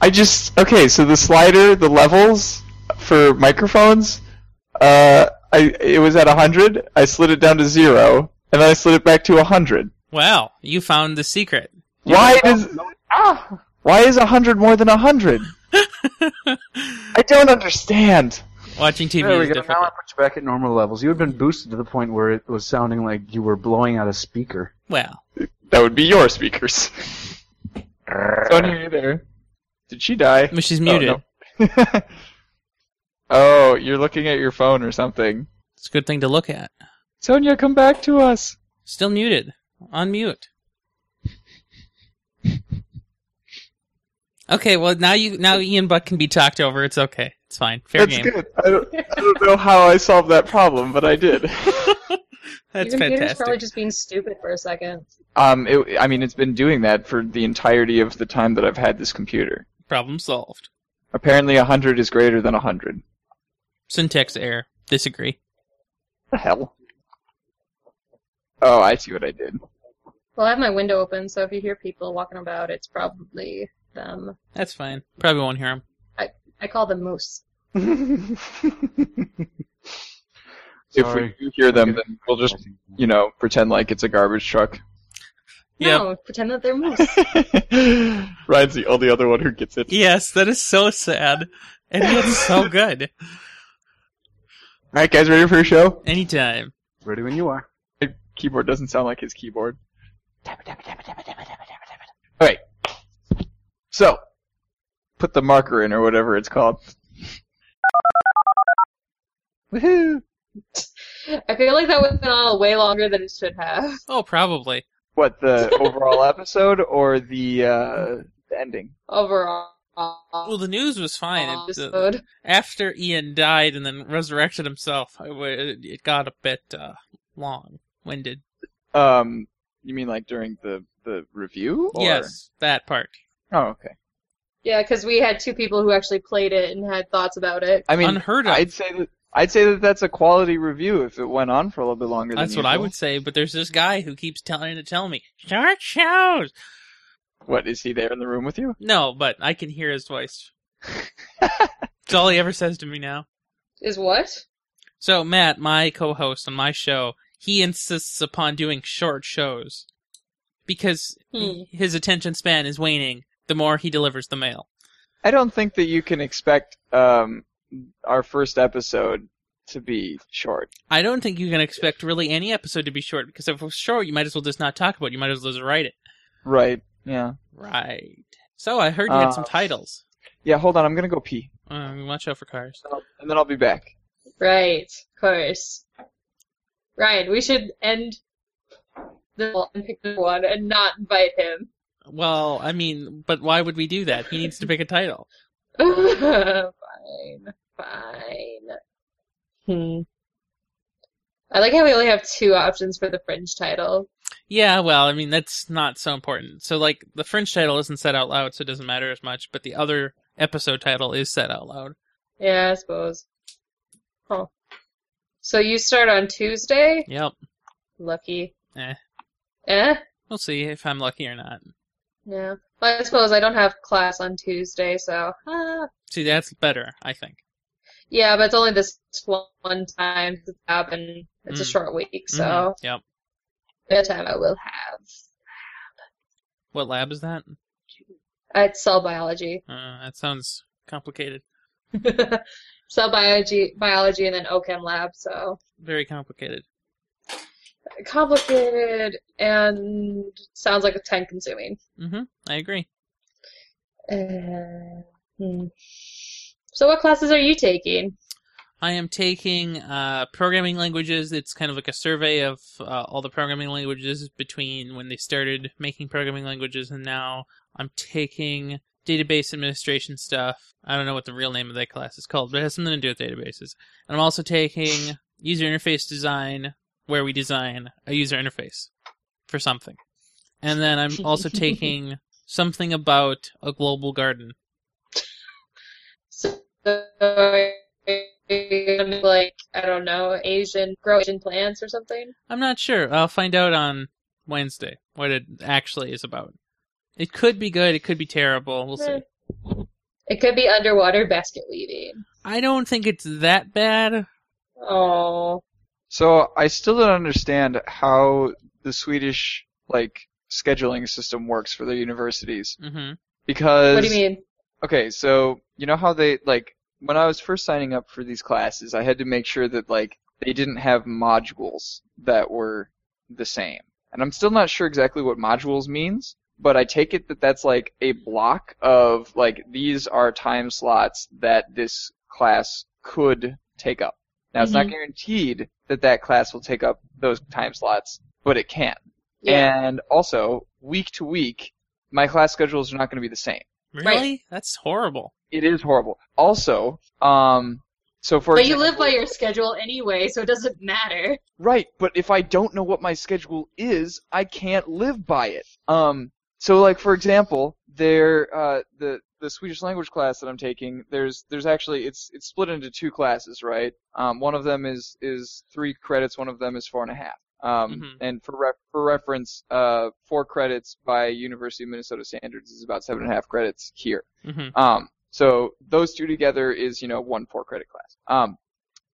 Speaker 2: I just okay. So the slider, the levels for microphones, uh, I it was at hundred. I slid it down to zero, and then I slid it back to hundred.
Speaker 3: Wow, you found the secret.
Speaker 2: Why is ah? Why is hundred more than hundred? I don't understand.
Speaker 3: Watching TV
Speaker 5: There we
Speaker 3: is
Speaker 5: go. Now I
Speaker 3: difficult.
Speaker 5: put you back at normal levels. You had been boosted to the point where it was sounding like you were blowing out a speaker.
Speaker 3: Well,
Speaker 2: That would be your speakers. don't hear you there. Did she die? Oh,
Speaker 3: she's muted.
Speaker 2: no. oh, you're looking at your phone or something.
Speaker 3: It's a good thing to look at.
Speaker 2: Sonia, come back to us.
Speaker 3: Still muted. Unmute. Okay, well now you now Ian Buck can be talked over. It's okay. It's fine. Fair
Speaker 2: That's
Speaker 3: game.
Speaker 2: good. I don't, I don't know how I solved that problem, but I did.
Speaker 3: That's
Speaker 1: Your computer's
Speaker 3: fantastic.
Speaker 1: probably just being stupid for a second.
Speaker 2: Um, it, I mean, it's been doing that for the entirety of the time that I've had this computer.
Speaker 3: Problem solved.
Speaker 2: Apparently, 100 is greater than 100. What
Speaker 3: Syntax error. Disagree.
Speaker 2: the hell? Oh, I see what I did.
Speaker 1: Well, I have my window open, so if you hear people walking about, it's probably them.
Speaker 3: That's fine. Probably won't hear him.
Speaker 1: I call them moose.
Speaker 5: Sorry.
Speaker 2: If we do hear them, then we'll just, you know, pretend like it's a garbage truck.
Speaker 1: No, pretend that they're moose.
Speaker 2: Ryan's the only other one who gets it.
Speaker 3: Yes, that is so sad, and yet so good.
Speaker 2: All right, guys, ready for your show?
Speaker 3: Anytime.
Speaker 5: Ready when you are.
Speaker 2: My keyboard doesn't sound like his keyboard. All right. So, put the marker in or whatever it's called. Woohoo!
Speaker 1: I feel like that went on way longer than it should have.
Speaker 3: Oh, probably.
Speaker 2: What the overall episode or the uh, the ending?
Speaker 1: Overall.
Speaker 3: Well, the news was fine. It- uh, the-
Speaker 1: episode.
Speaker 3: after Ian died and then resurrected himself, it, wa- it got a bit uh, long-winded.
Speaker 2: Um, you mean like during the the review? Or?
Speaker 3: Yes, that part.
Speaker 2: Oh, okay.
Speaker 1: Yeah, because we had two people who actually played it and had thoughts about it.
Speaker 2: I mean,
Speaker 3: Unheard of.
Speaker 2: I'd say that I'd say that that's a quality review if it went on for a little bit longer.
Speaker 3: That's
Speaker 2: than
Speaker 3: what I
Speaker 2: usual.
Speaker 3: would say. But there's this guy who keeps telling to tell me start shows.
Speaker 2: What is he there in the room with you?
Speaker 3: No, but I can hear his voice. It's all he ever says to me now.
Speaker 1: Is what?
Speaker 3: So Matt, my co-host on my show, he insists upon doing short shows because
Speaker 1: Hmm.
Speaker 3: his attention span is waning the more he delivers the mail.
Speaker 2: I don't think that you can expect um, our first episode to be short.
Speaker 3: I don't think you can expect really any episode to be short because if it's short, you might as well just not talk about it. You might as well just write it.
Speaker 2: Right. Yeah.
Speaker 3: Right. So I heard you had
Speaker 2: Uh,
Speaker 3: some titles.
Speaker 2: Yeah, hold on. I'm going to go pee.
Speaker 3: Um, watch out for cars.
Speaker 2: And, I'll, and then I'll be back.
Speaker 1: Right, of course. Ryan, we should end the one and pick the one and not invite him.
Speaker 3: Well, I mean, but why would we do that? He needs to pick a title.
Speaker 1: fine, fine. Hmm. I like how we only have two options for the fringe title.
Speaker 3: Yeah, well, I mean, that's not so important. So, like, the French title isn't said out loud, so it doesn't matter as much, but the other episode title is said out loud.
Speaker 1: Yeah, I suppose. Huh. So you start on Tuesday?
Speaker 3: Yep.
Speaker 1: Lucky.
Speaker 3: Eh.
Speaker 1: Eh?
Speaker 3: We'll see if I'm lucky or not.
Speaker 1: Yeah. But I suppose I don't have class on Tuesday, so. Ah.
Speaker 3: See, that's better, I think.
Speaker 1: Yeah, but it's only this one time it's happened. It's a
Speaker 3: Mm.
Speaker 1: short week, so
Speaker 3: Mhm. Yep.
Speaker 1: that time I will have.
Speaker 3: What lab is that?
Speaker 1: It's cell biology.
Speaker 3: Uh, that sounds complicated.
Speaker 1: cell biology biology and then OChem lab, so
Speaker 3: Very complicated.
Speaker 1: complicated and sounds like a time consuming.
Speaker 3: Mm-hmm. I agree.
Speaker 1: Uh, hmm. So, what classes are you taking?
Speaker 3: I am taking uh, programming languages. It's kind of like a survey of uh, all the programming languages between when they started making programming languages and now. I'm taking database administration stuff. I don't know what the real name of that class is called, but it has something to do with databases. And I'm also taking user interface design, where we design a user interface for something. And then I'm also taking something about a global garden.
Speaker 1: So, like I don't know, Asian grow Asian plants or something.
Speaker 3: I'm not sure. I'll find out on Wednesday what it actually is about. It could be good. It could be terrible. We'll see.
Speaker 1: It could be underwater basket weaving.
Speaker 3: I don't think it's that bad.
Speaker 1: Oh,
Speaker 2: So I still don't understand how the Swedish like scheduling system works for the universities
Speaker 3: hmm
Speaker 2: because
Speaker 1: what do you mean?
Speaker 2: okay, so you know how they like when I was first signing up for these classes, I had to make sure that like they didn't have modules that were the same. And I'm still not sure exactly what modules means, but I take it that that's like a block of like these are time slots that this class could take up. Now it's not guaranteed that that class will take up those time slots, but it can.
Speaker 1: Yeah,
Speaker 2: And also, week to week, my class schedules are not going to be the same.
Speaker 3: Really?
Speaker 1: Right.
Speaker 3: That's horrible.
Speaker 2: It is horrible. Also, um, so for
Speaker 1: but you live
Speaker 2: example-
Speaker 1: by your schedule anyway, so it doesn't matter.
Speaker 2: right. But if I don't know what my schedule is, I can't live by it. Um, so like for example, there uh, the the Swedish language class that I'm taking, there's there's actually it's it's split into two classes, right? Um, one of them is is three credits, one of them is four and a half. Um,
Speaker 3: Mhm.
Speaker 2: And for ref- for reference, uh, four credits by University of Minnesota standards is about seven and a half credits here.
Speaker 3: hmm
Speaker 2: Um, so those two together is you know one four credit class. Um,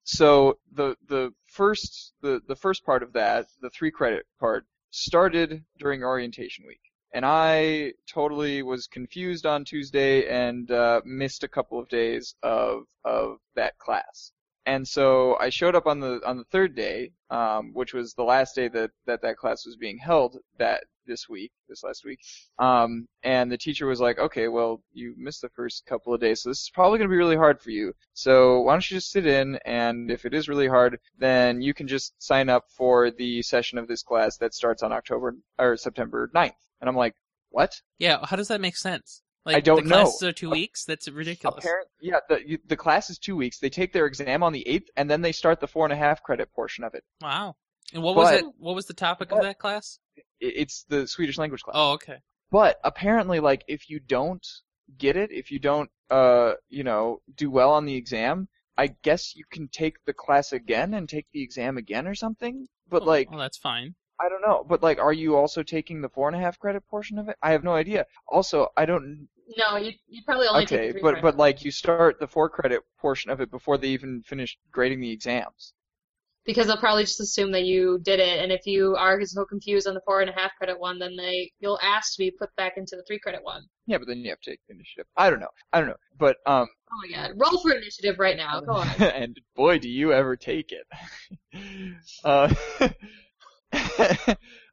Speaker 2: so the the first the the first part of that the three credit part started during orientation week, and I totally was confused on Tuesday and uh, missed a couple of days of of that class. And so I showed up on the on the third day, um, which was the last day that, that that class was being held that this week, this last week, um, and the teacher was like, okay, well, you missed the first couple of days, so this is probably going to be really hard for you. So why don't you just sit in, and if it is really hard, then you can just sign up for the session of this class that starts on October or September 9th. And I'm like, what?
Speaker 3: Yeah. How does that make sense? Like
Speaker 2: I don't
Speaker 3: the
Speaker 2: know.
Speaker 3: classes are two weeks. That's ridiculous.
Speaker 2: Apparent, yeah, the you, the class is two weeks. They take their exam on the 8th, and then they start the four and a half credit portion of it.
Speaker 3: Wow. And what was
Speaker 2: But-
Speaker 3: it? What was the topic of
Speaker 2: but-
Speaker 3: that class?
Speaker 2: I- It's the Swedish language class.
Speaker 3: Oh, okay.
Speaker 2: but apparently like if you don't get it if you don't uh you know do well on the exam i guess you can take the class again and take the exam again or something but
Speaker 3: Oh,
Speaker 2: like
Speaker 3: well, that's fine.
Speaker 2: i don't know but like are you also taking the four and a half credit portion of it i have no idea also i don't
Speaker 1: No, you you probably only
Speaker 2: okay
Speaker 1: take three
Speaker 2: but
Speaker 1: credits.
Speaker 2: but like you start the four credit portion of it before they even finish grading the exams
Speaker 1: because they'll probably just assume that you did it, and if you are so confused on the four and a half credit one, then they you'll ask to be put back into the three credit one.
Speaker 2: yeah but then you have to take the initiative i don't know i don't know but um
Speaker 1: Oh my god, roll for initiative right now. Go on.
Speaker 2: and boy, do you ever take it. uh,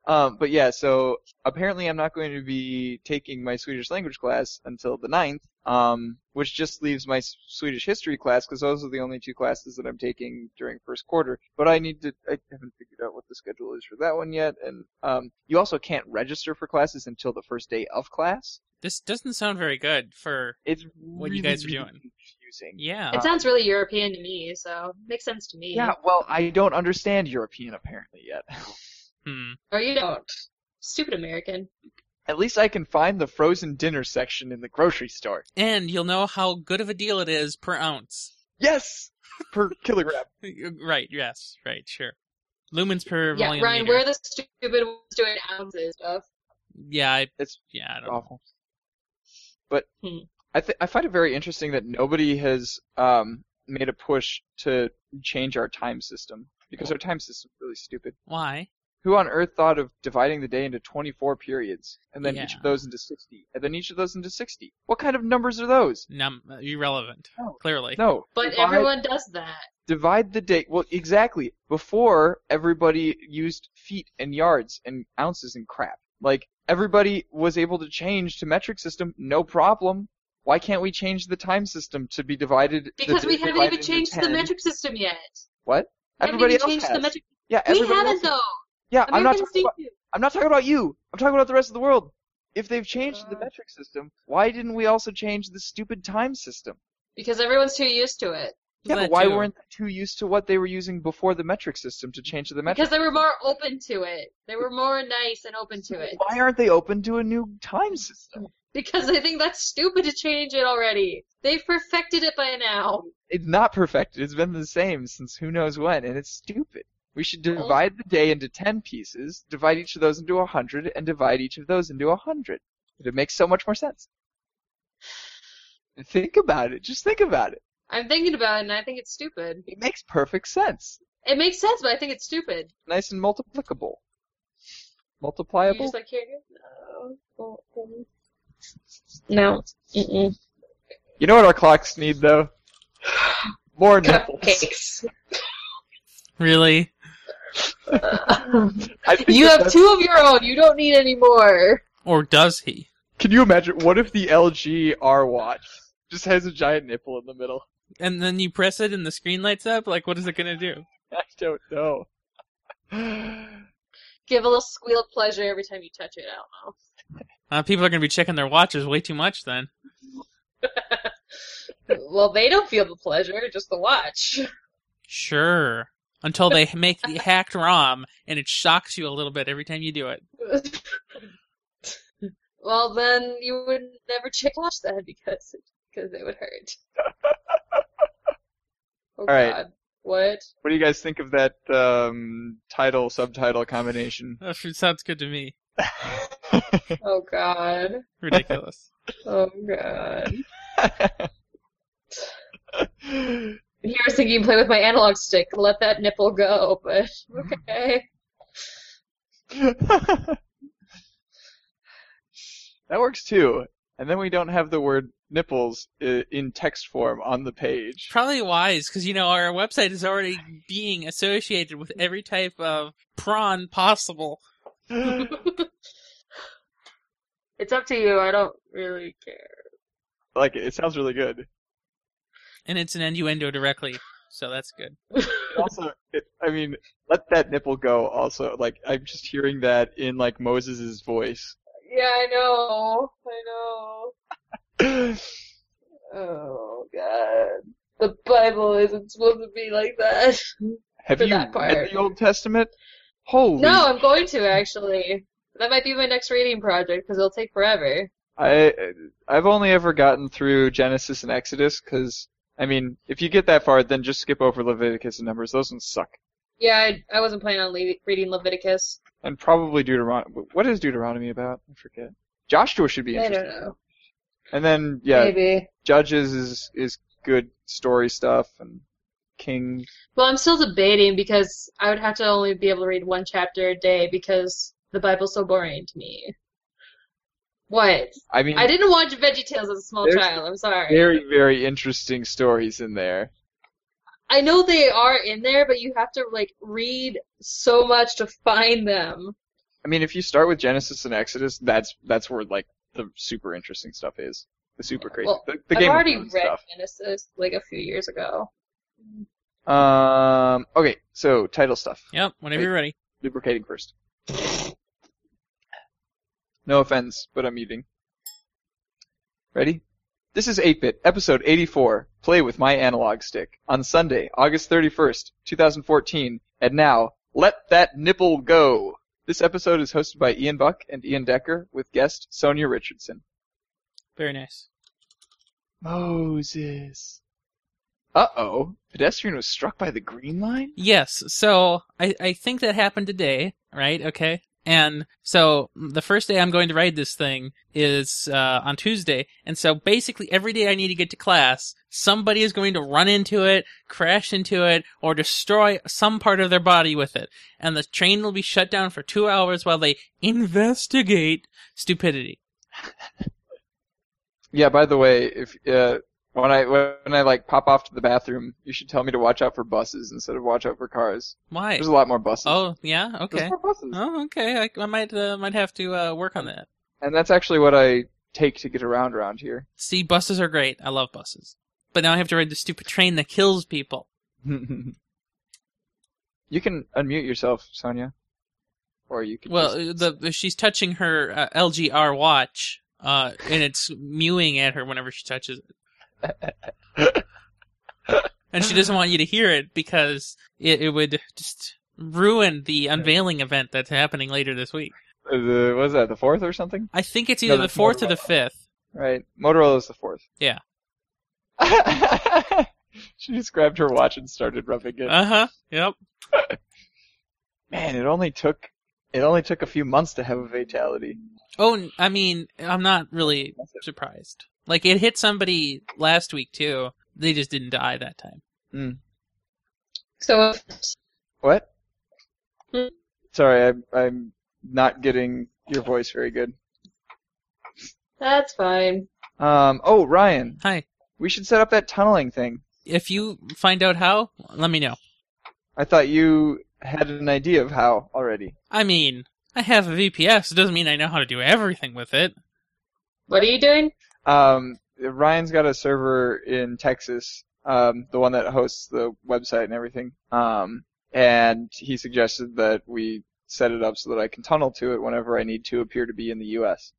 Speaker 2: um, but yeah, so apparently I'm not going to be taking my Swedish language class until the 9th, um, which just leaves my S- Swedish history class because those are the only two classes that I'm taking during first quarter. But I need to, I haven't figured out what the schedule is for that one yet. And um, you also can't register for classes until the first day of class.
Speaker 3: This doesn't sound very good for.
Speaker 2: It's
Speaker 3: What
Speaker 2: really,
Speaker 3: you guys are
Speaker 2: really
Speaker 3: doing.
Speaker 2: confusing.
Speaker 3: Yeah.
Speaker 1: It sounds really European to me, so makes sense to me.
Speaker 2: Yeah, well, I don't understand European apparently yet.
Speaker 3: Hmm.
Speaker 1: Or you don't. Stupid American.
Speaker 2: At least I can find the frozen dinner section in the grocery store.
Speaker 3: And you'll know how good of a deal it is per ounce.
Speaker 2: Yes, per kilogram.
Speaker 3: Right. Yes. Right. Sure. Lumens per
Speaker 1: Yeah,
Speaker 3: volume
Speaker 1: Ryan,
Speaker 3: meter.
Speaker 1: where are the stupid ones doing ounces of?
Speaker 3: Yeah. I,
Speaker 2: It's
Speaker 3: yeah. I don't.
Speaker 2: awful. But
Speaker 1: Hmm.
Speaker 2: I th- I find it very interesting that nobody has um made a push to change our time system because our time system's really stupid.
Speaker 3: Why?
Speaker 2: Who on earth thought of dividing the day into 24 periods and then each
Speaker 3: Yeah.
Speaker 2: of those into 60 and then each of those into 60? What kind of numbers are those?
Speaker 3: Num- uh, irrelevant.
Speaker 2: No.
Speaker 1: Oh.
Speaker 3: Clearly.
Speaker 2: No.
Speaker 1: But
Speaker 2: divide-
Speaker 1: everyone does that.
Speaker 7: divide the day. Well, exactly. Before everybody used feet and yards and ounces and crap. Like everybody was able to change to metric system, no problem. Why can't we change the time system to be divided? the
Speaker 1: Because
Speaker 7: day
Speaker 1: we haven't
Speaker 7: divided
Speaker 1: even
Speaker 7: into
Speaker 1: changed the
Speaker 7: 10?
Speaker 1: metric system yet.
Speaker 7: What?
Speaker 1: We haven't
Speaker 7: Everybody
Speaker 1: even
Speaker 7: else
Speaker 1: changed
Speaker 7: has.
Speaker 1: the metric.
Speaker 7: Yeah,
Speaker 1: We
Speaker 7: everybody
Speaker 1: haven't
Speaker 7: else has.
Speaker 1: though.
Speaker 7: Yeah, I'm not
Speaker 1: Americans
Speaker 7: talking
Speaker 1: do
Speaker 7: about.
Speaker 1: too.
Speaker 7: I'm not talking about you. I'm talking about the rest of the world. If they've changed the
Speaker 1: Uh.
Speaker 7: metric system, why didn't we also change the stupid time system?
Speaker 1: Because everyone's too used to it.
Speaker 7: Yeah,
Speaker 3: That
Speaker 7: but why
Speaker 3: too.
Speaker 7: weren't they too used to what they were using before the metric system to change to the metric?
Speaker 1: Because they were more open to it. They were more nice and open to it.
Speaker 7: Why aren't they open to a new time system?
Speaker 1: Because they think that's stupid to change it already. They've perfected it by now.
Speaker 7: It's not perfected. It's been the same since who knows when, and it's stupid. We should divide the day into ten pieces, divide each of those into a hundred, and divide each of those into a hundred. It makes so much more sense. Think about it. Just think about it.
Speaker 1: I'm thinking about it and I think it's stupid.
Speaker 7: It makes perfect sense.
Speaker 1: It makes sense, but I think it's stupid.
Speaker 7: Nice and multiplicable.
Speaker 1: You're
Speaker 7: Multipliable.
Speaker 1: just like, here, no. don't tell me." No. Mm-mm.
Speaker 2: You know what our clocks need though? More nipples.
Speaker 1: Cupcakes.
Speaker 3: Really?
Speaker 2: I think
Speaker 1: you
Speaker 2: that
Speaker 1: have
Speaker 2: that's-
Speaker 1: two of your own. You don't need any more.
Speaker 3: Or does he?
Speaker 2: Can you imagine? What if the LG R watch just has a giant nipple in the middle?
Speaker 3: And then you press it and the screen lights up? Like, what is it gonna do?
Speaker 2: I don't know.
Speaker 1: Give a little squeal of pleasure every time you touch it. I don't know.
Speaker 3: Uh, people are gonna be checking their watches way too much then.
Speaker 1: Well, they don't feel the pleasure, just the watch.
Speaker 3: Sure. Until they make the hacked ROM and it shocks you a little bit every time you do it.
Speaker 1: well, then you would never check watch that because because it would hurt. oh,
Speaker 2: right.
Speaker 1: God. What?
Speaker 2: What do you guys think of that um, title subtitle combination?
Speaker 3: That sounds good to me.
Speaker 1: Oh, God.
Speaker 3: Ridiculous.
Speaker 1: Oh, God. Here I was thinking, play with my analog stick, let that nipple go, but okay.
Speaker 2: That works too. And then we don't have the word nipples i- in text form on the page.
Speaker 3: Probably wise, because you know our website is already being associated with every type of prawn possible.
Speaker 1: It's up to you. I don't really care.
Speaker 2: Like it, it sounds really good.
Speaker 3: And it's an innuendo directly, so that's good.
Speaker 2: Also, it, I mean, let that nipple go. Also, like I'm just hearing that in like Moses' voice.
Speaker 1: Yeah, I know. I know. Oh God. The Bible isn't supposed to be like that.
Speaker 2: Have
Speaker 1: For
Speaker 2: you
Speaker 1: that
Speaker 2: read
Speaker 1: part.
Speaker 2: the Old Testament? Holy!
Speaker 1: No, I'm going to actually. That might be my next reading project because it'll take forever.
Speaker 2: I I've only ever gotten through Genesis and Exodus because I mean, if you get that far, then just skip over Leviticus and Numbers. Those ones suck.
Speaker 1: Yeah, I, I wasn't planning on le- reading Leviticus.
Speaker 2: And probably Deuteronomy. What is Deuteronomy about? I forget. Joshua should be
Speaker 1: I don't
Speaker 2: interesting.
Speaker 1: know.
Speaker 2: And then yeah,
Speaker 1: Maybe.
Speaker 2: Judges is is good story stuff and King.
Speaker 1: Well, I'm still debating because I would have to only be able to read one chapter a day because the Bible's so boring to me. What?
Speaker 2: I mean,
Speaker 1: I didn't watch Veggie Tales as a small
Speaker 2: There's-
Speaker 1: child. I'm sorry.
Speaker 2: very very interesting stories in there.
Speaker 1: I know they are in there, but you have to like read so much to find them.
Speaker 2: I mean, if you start with Genesis and Exodus, that's that's where like the super interesting stuff is. The super crazy.
Speaker 1: well,
Speaker 2: the the
Speaker 1: I've
Speaker 2: Game of
Speaker 1: already read
Speaker 2: Thrones stuff.
Speaker 1: Genesis like a few years ago.
Speaker 2: Um. Okay. So title stuff.
Speaker 3: Yep, whenever you're ready.
Speaker 2: Lubricating first. No offense, but I'm eating. Ready? This is 8-Bit, episode 84, Play with My Analog Stick, on Sunday, August 31st, 2014, and now, Let That Nipple Go! This episode is hosted by Ian Buck and Ian Decker, with guest Sonia Richardson.
Speaker 3: Very nice.
Speaker 2: Moses. Uh-oh, pedestrian was struck by the green line?
Speaker 3: Yes, so I, I think that happened today, right? Okay. And so the first day I'm going to ride this thing is uh, on Tuesday. And so basically every day I need to get to class, somebody is going to run into it, crash into it, or destroy some part of their body with it. And the train will be shut down for two hours while they investigate stupidity.
Speaker 2: Yeah, by the way, if uh, When I when I like pop off to the bathroom, you should tell me to watch out for buses instead of watch out for cars.
Speaker 3: Why?
Speaker 2: There's a lot more buses.
Speaker 3: Oh yeah. Okay.
Speaker 2: There's more buses.
Speaker 3: Oh okay. I, I might uh, might have to uh, work on that.
Speaker 2: And that's actually what I take to get around around here.
Speaker 3: See, buses are great. I love buses. But now I have to ride the stupid train that kills people.
Speaker 2: you can unmute yourself, Sonia, or you can.
Speaker 3: Well,
Speaker 2: just-
Speaker 3: uh, the, the she's touching her uh, LGR watch, uh, and it's mewing at her whenever she touches it. and she doesn't want you to hear it because it, it would just ruin the unveiling event that's happening later this week.
Speaker 2: uh, the what is that? The fourth or something?
Speaker 3: I think it's
Speaker 2: No,
Speaker 3: either the
Speaker 2: that's
Speaker 3: fourth or
Speaker 2: Motorola.
Speaker 3: the fifth.
Speaker 2: Right. Motorola is the fourth.
Speaker 3: Yeah.
Speaker 2: she just grabbed her watch and started rubbing it.
Speaker 3: Uh huh. Yep.
Speaker 2: Man, it only took it only took a few months to have a fatality.
Speaker 3: Oh, n- I mean, I'm not really surprised. Like it hit somebody last week too. They just didn't die that time.
Speaker 1: So
Speaker 2: What?
Speaker 1: Hmm.
Speaker 2: Sorry, I'm I'm not getting your voice very good.
Speaker 1: that's fine.
Speaker 2: Um. Oh, Ryan,
Speaker 3: Hi.
Speaker 2: we should set up that tunneling thing.
Speaker 3: If you find out how, let me know.
Speaker 2: I thought you had an idea of how already.
Speaker 3: I mean, I have a VPS. It doesn't mean I know how to do everything with it.
Speaker 1: What are you doing?
Speaker 2: Um, Ryan's got a server in Texas, um, the one that hosts the website and everything. Um, and he suggested that we set it up so that I can tunnel to it whenever I need to appear to be in the U.S.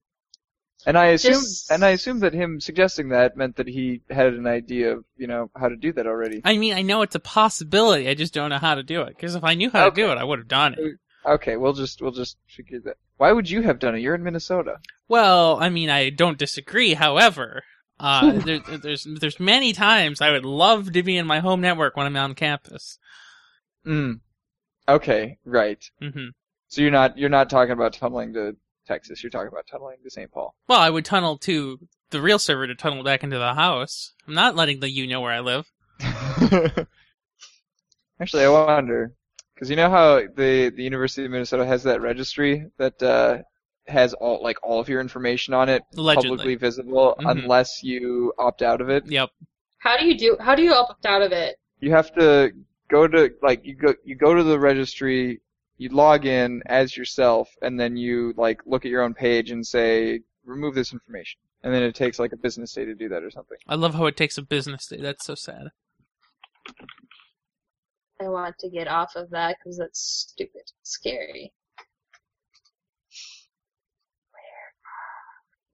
Speaker 2: And I assume,
Speaker 1: Just-
Speaker 2: and I assume that him suggesting that meant that he had an idea of, you know, how to do that already.
Speaker 3: I mean, I know it's a possibility. I just don't know how to do it. Because if I knew how to do it, I would have done it.
Speaker 2: Okay, we'll just we'll just figure that. Why would you have done it? You're in Minnesota.
Speaker 3: Well, I mean, I don't disagree. However, uh, there, there's there's many times I would love to be in my home network when I'm on campus.
Speaker 2: Mm. Okay, right.
Speaker 3: hmm
Speaker 2: So you're not you're not talking about tunneling to Texas. You're talking about tunneling to St. Paul.
Speaker 3: Well, I would tunnel to the real server to tunnel back into the house. I'm not letting the you know where I live.
Speaker 2: Actually, I wonder because you know how the the University of Minnesota has that registry that uh, has all like all of your information on it
Speaker 3: Allegedly.
Speaker 2: publicly visible
Speaker 3: Mhm.
Speaker 2: unless you opt out of it.
Speaker 3: Yep.
Speaker 1: How do you do? How do you opt out of it?
Speaker 2: You have to go to like you go you go to the registry, you log in as yourself, and then you like look at your own page and say remove this information, and then it takes like a business day to do that or something.
Speaker 3: I love how it takes a business day. That's so sad.
Speaker 1: I want to get off of that because that's stupid, scary.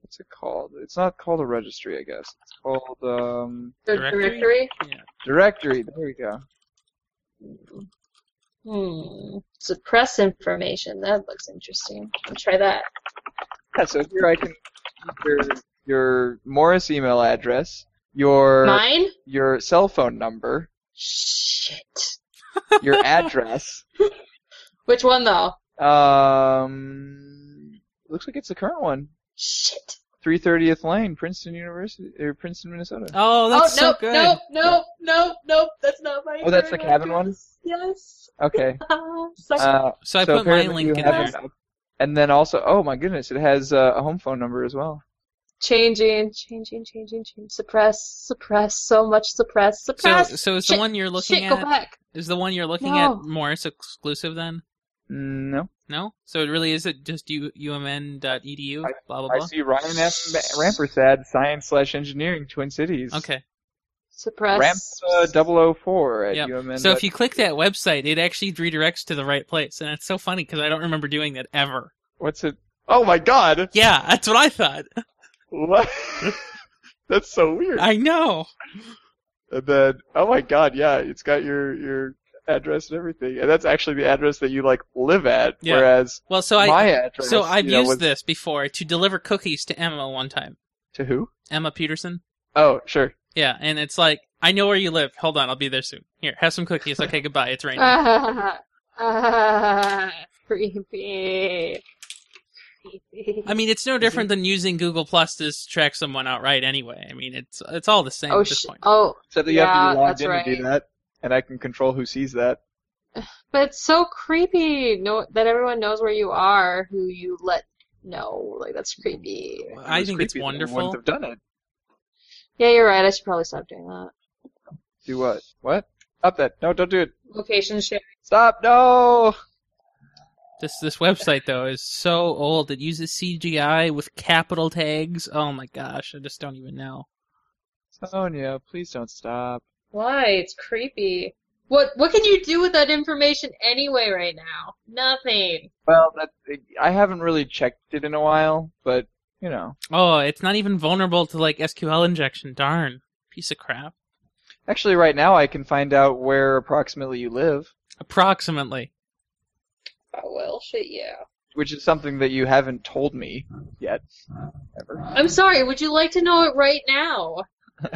Speaker 2: What's it called? It's not called a registry, I guess. It's called um.
Speaker 1: The
Speaker 3: Directory?
Speaker 1: directory.
Speaker 2: Directory. There we go.
Speaker 1: Hmm. Suppress information. That looks interesting. I'll try that.
Speaker 2: Yeah, so here I can keep your your Morris email address, your
Speaker 1: Mine.
Speaker 2: your cell phone number,
Speaker 1: Shit.
Speaker 2: your address.
Speaker 1: Which one though?
Speaker 2: Um, looks like it's the current one.
Speaker 1: Shit.
Speaker 2: 330th Lane, Princeton University or Princeton, Minnesota.
Speaker 3: Oh,
Speaker 1: oh
Speaker 3: that's
Speaker 1: no!
Speaker 3: so good.
Speaker 1: No! No! No! No! That's not my.
Speaker 2: Oh, that's the
Speaker 1: current
Speaker 2: cabin one?
Speaker 1: address. Yes.
Speaker 2: Okay.
Speaker 1: Suck-
Speaker 2: Uh,
Speaker 3: So I put my
Speaker 2: apparently you
Speaker 3: link in
Speaker 2: have
Speaker 3: there.
Speaker 2: an up- And then also, oh my goodness, it has uh, a home phone number as well.
Speaker 1: changing, changing, changing, changing. Suppress, suppress. So much suppress,
Speaker 3: So,
Speaker 1: suppress.
Speaker 3: so is
Speaker 1: Shit,
Speaker 3: the one you're looking
Speaker 1: Shit, go
Speaker 3: at
Speaker 1: back.
Speaker 3: is the one you're looking
Speaker 1: No.
Speaker 3: at Morris exclusive then?
Speaker 2: Mm, No,
Speaker 3: No, so it really is it just u- umn.edu
Speaker 2: I-
Speaker 3: E blah blah
Speaker 2: I
Speaker 3: blah.
Speaker 2: see Ryan F. Rampersad, science slash engineering, Twin Cities.
Speaker 3: Okay,
Speaker 1: Suppress.
Speaker 2: Ramp uh, 004 at
Speaker 3: Yep.
Speaker 2: UMN.
Speaker 3: so if you click that website, it actually redirects to the right place, and it's so funny because I don't remember doing that ever.
Speaker 2: What's it? Oh my god!
Speaker 3: Yeah, that's what I thought.
Speaker 2: What? That's so weird.
Speaker 3: I know.
Speaker 2: And then, oh my god, yeah, it's got your your address and everything, and that's actually the address that you like live at.
Speaker 3: Yeah.
Speaker 2: Whereas
Speaker 3: Well, so I
Speaker 2: my address,
Speaker 3: so I've
Speaker 2: you know,
Speaker 3: used
Speaker 2: was-
Speaker 3: this before to deliver cookies to Emma one time.
Speaker 2: to who?
Speaker 3: Emma Peterson.
Speaker 2: Oh, sure.
Speaker 3: Yeah, and it's like I know where you live. Hold on, I'll be there soon. Here, have some cookies. Okay, goodbye. It's raining.
Speaker 1: Ah, ah, creepy. Creepy.
Speaker 3: I mean, it's no different than using Google Plus to track someone outright. Anyway, I mean, it's it's all the same
Speaker 1: oh,
Speaker 3: at this
Speaker 1: sh-
Speaker 3: point.
Speaker 1: oh,
Speaker 2: Except that you
Speaker 1: Yeah,
Speaker 2: have to be logged
Speaker 1: that's
Speaker 2: in to do
Speaker 1: right.
Speaker 2: that, and I can control who sees that.
Speaker 1: but it's so creepy. No, that everyone knows where you are, who you let know. Like that's creepy.
Speaker 3: I
Speaker 2: It was
Speaker 3: think it's
Speaker 2: creepy that no
Speaker 3: wonderful.
Speaker 2: One's have done it.
Speaker 1: Yeah, you're right. I should probably stop doing that.
Speaker 2: Do what? What? Up that. No, don't do it.
Speaker 1: Location share.
Speaker 2: Stop. No.
Speaker 3: This this website though is so old. It uses CGI with capital tags. Oh my gosh, I just don't even know.
Speaker 2: Sonia, please don't stop.
Speaker 1: Why? It's creepy. What what can you do with that information anyway right now? Nothing.
Speaker 2: Well, that I haven't really checked it in a while, but you know.
Speaker 3: Oh, it's not even vulnerable to like SQL injection. Darn, piece of crap.
Speaker 2: Actually, right now I can find out where approximately you live,
Speaker 3: Approximately.
Speaker 1: Oh well, shit, yeah.
Speaker 2: which is something that you haven't told me yet. Ever.
Speaker 1: I'm sorry. Would you like to know it right now?
Speaker 2: be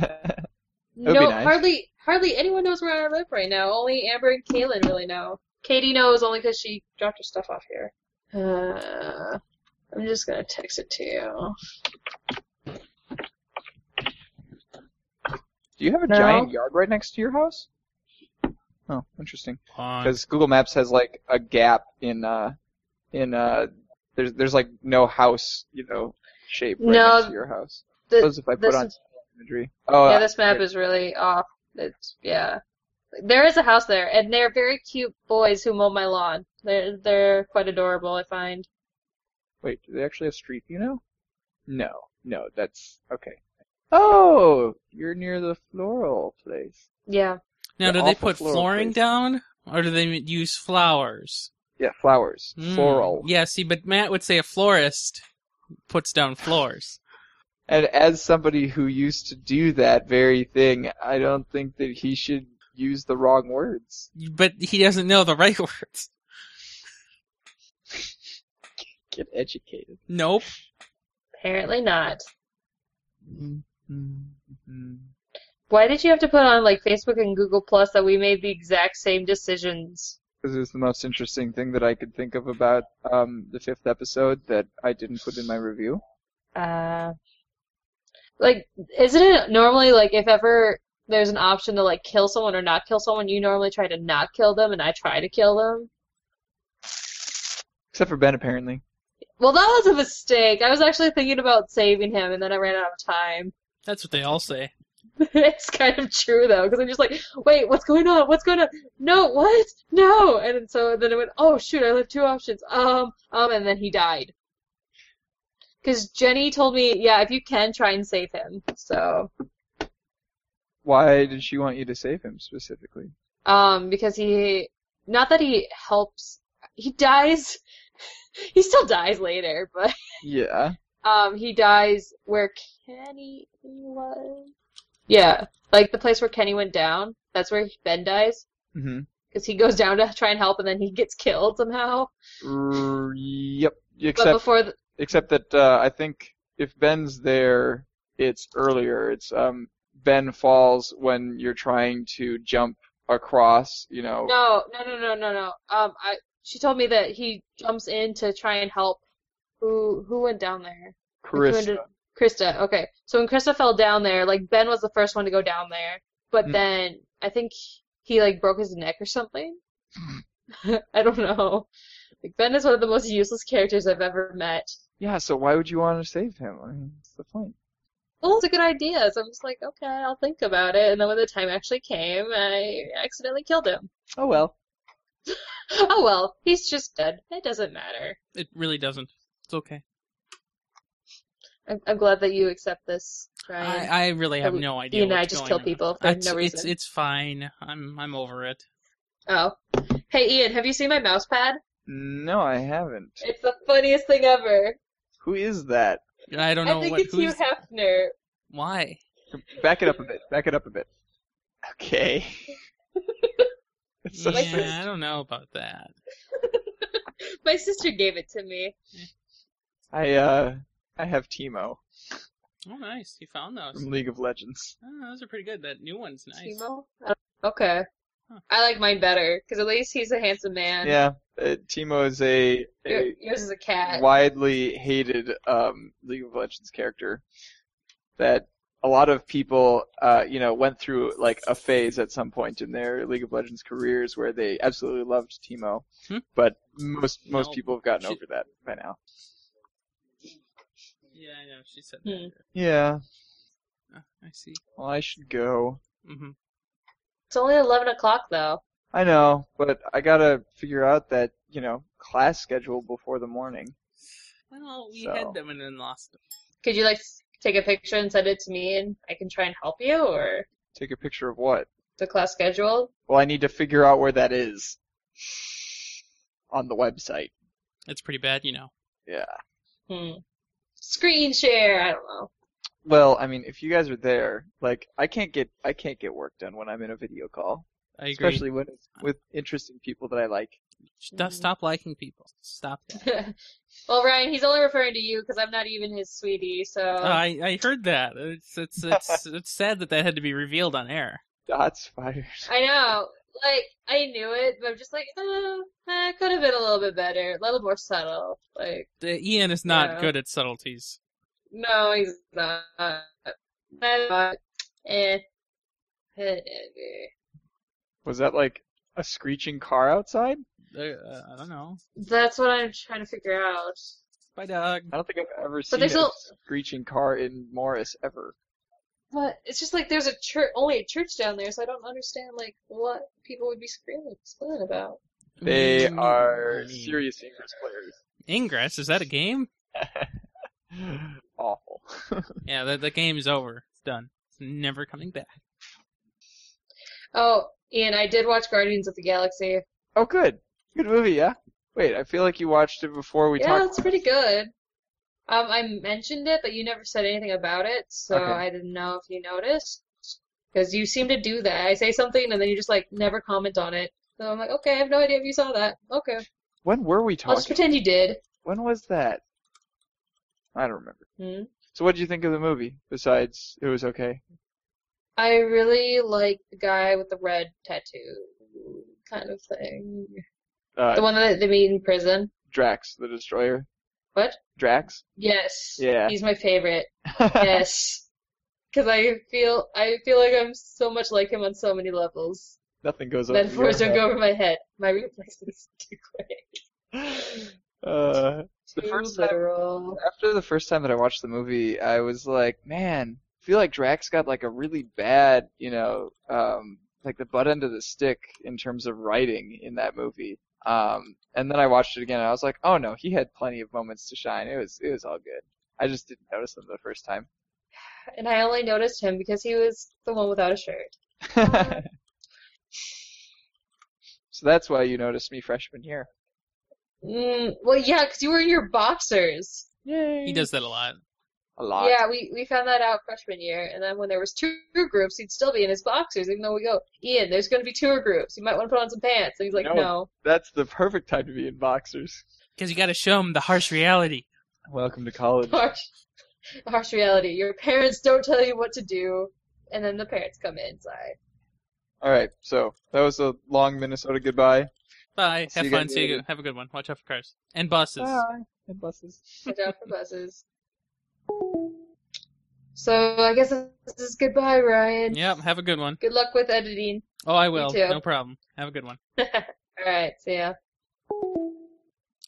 Speaker 1: No,
Speaker 2: nice.
Speaker 1: hardly hardly anyone knows where I live right now. Only Amber and Kaylin really know. Katie knows only because she dropped her stuff off here. Uh, I'm just gonna text it to you.
Speaker 2: Do you have a
Speaker 1: No.
Speaker 2: giant yard right next to your house? Oh, interesting.
Speaker 3: Fine.
Speaker 2: Because Google Maps has like a gap in uh in uh there's there's like no house you know shape right
Speaker 1: No.
Speaker 2: next to your house.
Speaker 1: The-
Speaker 2: Suppose if I put
Speaker 1: this
Speaker 2: on
Speaker 1: is-
Speaker 2: imagery. Oh,
Speaker 1: yeah, this map is really off. It's yeah. There is a house there, and they're very cute boys who mow my lawn. They're they're quite adorable, I find.
Speaker 2: Wait, do they actually have street view now? No, no, that's okay. Oh, you're near the floral place.
Speaker 1: Yeah.
Speaker 3: Now, do
Speaker 2: the
Speaker 3: they
Speaker 2: awful
Speaker 3: put
Speaker 2: floral
Speaker 3: flooring
Speaker 2: place.
Speaker 3: down, or do they use flowers?
Speaker 2: Yeah, flowers,
Speaker 3: Mm.
Speaker 2: floral.
Speaker 3: Yeah, see, but Matt would say a florist puts down floors.
Speaker 2: And as somebody who used to do that very thing, I don't think that he should use the wrong words.
Speaker 3: But he doesn't know the right words.
Speaker 2: Get educated.
Speaker 3: Nope.
Speaker 1: Apparently not.
Speaker 2: Mm-hmm.
Speaker 1: Why did you have to put on like Facebook and Google Plus that we made the exact same decisions?
Speaker 2: This is the most interesting thing that I could think of about um, the fifth episode that I didn't put in my review.
Speaker 1: Uh, like, isn't it normally like if ever there's an option to like kill someone or not kill someone, you normally try to not kill them, and I try to kill them?
Speaker 2: Except for Ben, apparently.
Speaker 1: Well, that was a mistake. I was actually thinking about saving him, and then I ran out of time.
Speaker 3: That's what they all say.
Speaker 1: it's kind of true though, because I'm just like, wait, what's going on? What's going on? No, what? No! And then- so then I went, oh shoot, I left two options. Um, um, and then he died. Because Jenny told me, yeah, if you can, try and save him. So,
Speaker 2: Why did she want you to save him specifically?
Speaker 1: um, because he, not that he helps, he dies. he still dies later, but
Speaker 2: Yeah.
Speaker 1: um, he dies where Kenny was. Yeah, like the place where Kenny went down. That's where Ben dies.
Speaker 2: Mm-hmm.
Speaker 1: because he goes down to try and help and then he gets killed somehow.
Speaker 2: R- yep.
Speaker 1: but
Speaker 2: Except
Speaker 1: before, th
Speaker 2: except that uh, I think if Ben's there, it's earlier. It's um Ben falls when you're trying to jump across. You know.
Speaker 1: no, no, no, no, no, no. Um, I she told me that he jumps in to try and help. Who who went down there? Like, who
Speaker 2: Carissa.
Speaker 1: ended- Krista. Okay, so when Krista fell down there, like Ben was the first one to go down there, but
Speaker 2: Hmm.
Speaker 1: then I think he like broke his neck or something. I don't know. Like Ben is one of the most useless characters I've ever met.
Speaker 2: Yeah. So why would you want to save him? I mean, what's the point?
Speaker 1: well, it's a good idea. So I'm just like, okay, I'll think about it. And then when the time actually came, I accidentally killed him.
Speaker 2: Oh well.
Speaker 1: Oh well, he's just dead. It doesn't matter.
Speaker 3: It really doesn't. It's okay.
Speaker 1: I'm, I'm glad that you accept this, Ryan.
Speaker 3: I, I really have
Speaker 1: But
Speaker 3: no idea.
Speaker 1: you and I
Speaker 3: what's
Speaker 1: just
Speaker 3: going
Speaker 1: kill
Speaker 3: on.
Speaker 1: people for
Speaker 3: That's-
Speaker 1: no reason.
Speaker 3: It's it's fine. I'm I'm over it.
Speaker 1: Oh. Hey, Ian, have you seen my mouse pad?
Speaker 2: No, I haven't.
Speaker 1: It's the funniest thing ever.
Speaker 2: Who is that?
Speaker 3: I don't know
Speaker 1: I think
Speaker 3: what
Speaker 1: it's Hugh
Speaker 3: who's
Speaker 1: Hefner.
Speaker 3: why.
Speaker 2: Back it up a bit. Back it up a bit. Okay. It's so
Speaker 1: Like-
Speaker 3: Yeah, I don't know about that.
Speaker 1: My sister gave it to me.
Speaker 2: I uh I have Teemo
Speaker 3: Oh, nice. You found those.
Speaker 2: from League of Legends.
Speaker 3: Oh, those are pretty good. That new one's nice.
Speaker 1: Timo? I don't- Okay.
Speaker 3: Huh.
Speaker 1: I like mine better because at least he's a handsome man.
Speaker 2: Yeah, uh, Teemo is a,
Speaker 1: Your-
Speaker 2: a
Speaker 1: Yours is a cat.
Speaker 2: widely hated um, League of Legends character that a lot of people, uh, you know, went through like a phase at some point in their League of Legends careers where they absolutely loved Teemo,
Speaker 3: Hmm.
Speaker 2: but most most
Speaker 3: No.
Speaker 2: people have gotten
Speaker 3: She-
Speaker 2: over that by now.
Speaker 3: Yeah, I know. She said
Speaker 1: Hmm.
Speaker 3: that. Oh,
Speaker 2: Yeah,
Speaker 3: I see.
Speaker 2: Well, I should go.
Speaker 3: hmm
Speaker 1: It's only 11 o'clock, though.
Speaker 2: I know, but I gotta figure out that, you know, class schedule before the morning.
Speaker 3: Well, we
Speaker 2: So-
Speaker 3: had them and then lost them.
Speaker 1: Could you, like, s- take a picture and send it to me and I can try and help you or
Speaker 2: Take a picture of what?
Speaker 1: the class schedule?
Speaker 2: Well, I need to figure out where that is on the website.
Speaker 3: It's pretty bad, you know.
Speaker 2: Yeah.
Speaker 1: Hmm. Screen share, I don't know.
Speaker 2: Well, I mean, if you guys are there, like, I can't get I can't get work done when I'm in a video call,
Speaker 3: I agree.
Speaker 2: especially when it's with interesting people that I like.
Speaker 3: Stop, stop liking people. Stop that.
Speaker 1: well, Ryan, he's only referring to you because I'm not even his sweetie, so.
Speaker 2: Uh,
Speaker 3: Oh, I I heard that. It's it's it's it's sad that that had to be revealed on air.
Speaker 2: Dots fired.
Speaker 1: I know. Like, I knew it, but I'm just like, oh, eh, could have been a little bit better, a little more subtle. Like,
Speaker 3: The- Ian is not
Speaker 1: Yeah.
Speaker 3: good at subtleties.
Speaker 1: no, he's not. That's not- eh. Whatever.
Speaker 2: Was that like a screeching car outside?
Speaker 3: Uh, uh, I don't know.
Speaker 1: That's what I'm trying to figure out.
Speaker 3: Bye, dog.
Speaker 2: I don't think I've ever seen
Speaker 1: But there's
Speaker 2: a
Speaker 1: no-
Speaker 2: screeching car in Morris ever.
Speaker 1: But it's just like there's a church, only a church down there, so I don't understand like what people would be screaming, screaming about.
Speaker 2: They
Speaker 3: Mm, I
Speaker 2: are
Speaker 3: mean,
Speaker 2: serious English players.
Speaker 3: Ingress, is that a game?
Speaker 2: Awful.
Speaker 3: Yeah, the, the game is over. It's done. It's never coming back.
Speaker 1: Oh, Ian, I did watch Guardians of the Galaxy.
Speaker 2: Oh, good. Good movie, yeah? Wait, I feel like you watched it before we
Speaker 1: yeah,
Speaker 2: talked.
Speaker 1: it's pretty good. Um, I mentioned it, but you never said anything about it, so
Speaker 2: Okay.
Speaker 1: I didn't know if you noticed. Because you seem to do that. I say something, and then you just like never comment on it. So I'm like, okay, I have no idea if you saw that. Okay,
Speaker 2: When were we
Speaker 1: I'll just
Speaker 2: talking?
Speaker 1: pretend you did.
Speaker 2: When was that? I don't remember.
Speaker 1: Hmm.
Speaker 2: So what did you think of the movie? Besides, it was okay.
Speaker 1: I really like the guy with the red tattoo, kind of thing.
Speaker 2: Uh,
Speaker 1: The one that they meet in prison.
Speaker 2: Drax, the Destroyer.
Speaker 1: What?
Speaker 2: Drax?
Speaker 1: Yes.
Speaker 2: Yeah.
Speaker 1: He's my favorite. Yes. Because I feel I feel like I'm so much like him on so many levels.
Speaker 2: Nothing goes over
Speaker 1: Metaphors
Speaker 2: your
Speaker 1: don't go over my head. My reflex is too quick.
Speaker 2: head. Uh, The
Speaker 1: Too
Speaker 2: first time-
Speaker 1: literal.
Speaker 2: after the first time that I watched the movie, I was like, man, I feel like Drax got like a really bad, you know, um, like the butt end of the stick in terms of writing in that movie. Um, and then I watched it again, and I was like, oh no, he had plenty of moments to shine. It was it was all good. I just didn't notice them the first time.
Speaker 1: And I only noticed him because he was the one without a shirt.
Speaker 2: so that's why you noticed me freshman year.
Speaker 1: Mm, well, yeah, because you were in your boxers.
Speaker 2: Yay!
Speaker 3: He does that a lot.
Speaker 2: a lot.
Speaker 1: Yeah, we, we found that out freshman year, and then when there was tour groups, he'd still be in his boxers, even though we go, Ian, there's going to be tour groups. You might want to put on some pants. And he's like,
Speaker 2: No.
Speaker 1: no.
Speaker 2: That's the perfect time to be in boxers.
Speaker 3: Because you got to show him the harsh reality.
Speaker 2: Welcome to college.
Speaker 1: Harsh, harsh reality. Your parents don't tell you what to do, and then the parents come inside.
Speaker 2: All right, so that was a long Minnesota goodbye.
Speaker 3: Bye.
Speaker 2: See
Speaker 3: Have
Speaker 2: you
Speaker 3: fun.
Speaker 2: guys
Speaker 3: See you.
Speaker 2: later.
Speaker 3: Have a good one. Watch out for cars and buses.
Speaker 2: And buses.
Speaker 1: Watch out for buses. So I guess this is goodbye, Ryan.
Speaker 3: Yep. Have a good one.
Speaker 1: Good luck with editing.
Speaker 3: Oh, I will.
Speaker 1: too.
Speaker 3: No problem. Have a good one.
Speaker 1: All right, see ya.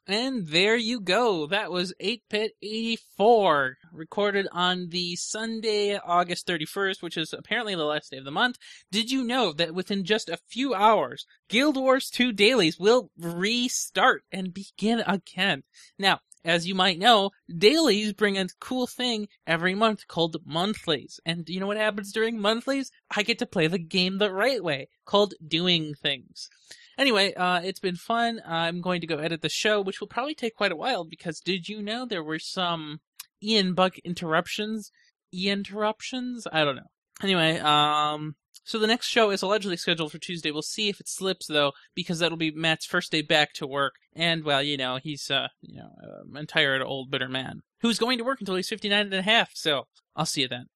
Speaker 3: And there you go. That was 8 Pit 84, recorded on the Sunday, August 31st, which is apparently the last day of the month. Did you know that within just a few hours, Guild Wars 2 dailies will restart and begin again? Now, as you might know, dailies bring a cool thing every month called monthlies. And do you know what happens during monthlies? I get to play the game the right way, called doing things. Anyway, uh, it's been fun. I'm going to go edit the show, which will probably take quite a while because did you know there were some Ian Buck interruptions? Ian interruptions? I don't know. Anyway, um, so the next show is allegedly scheduled for Tuesday. We'll see if it slips though, because that'll be Matt's first day back to work, and well, you know, he's uh, you know, um, a tired old bitter man who's going to work until he's 59 and a half. So I'll see you then.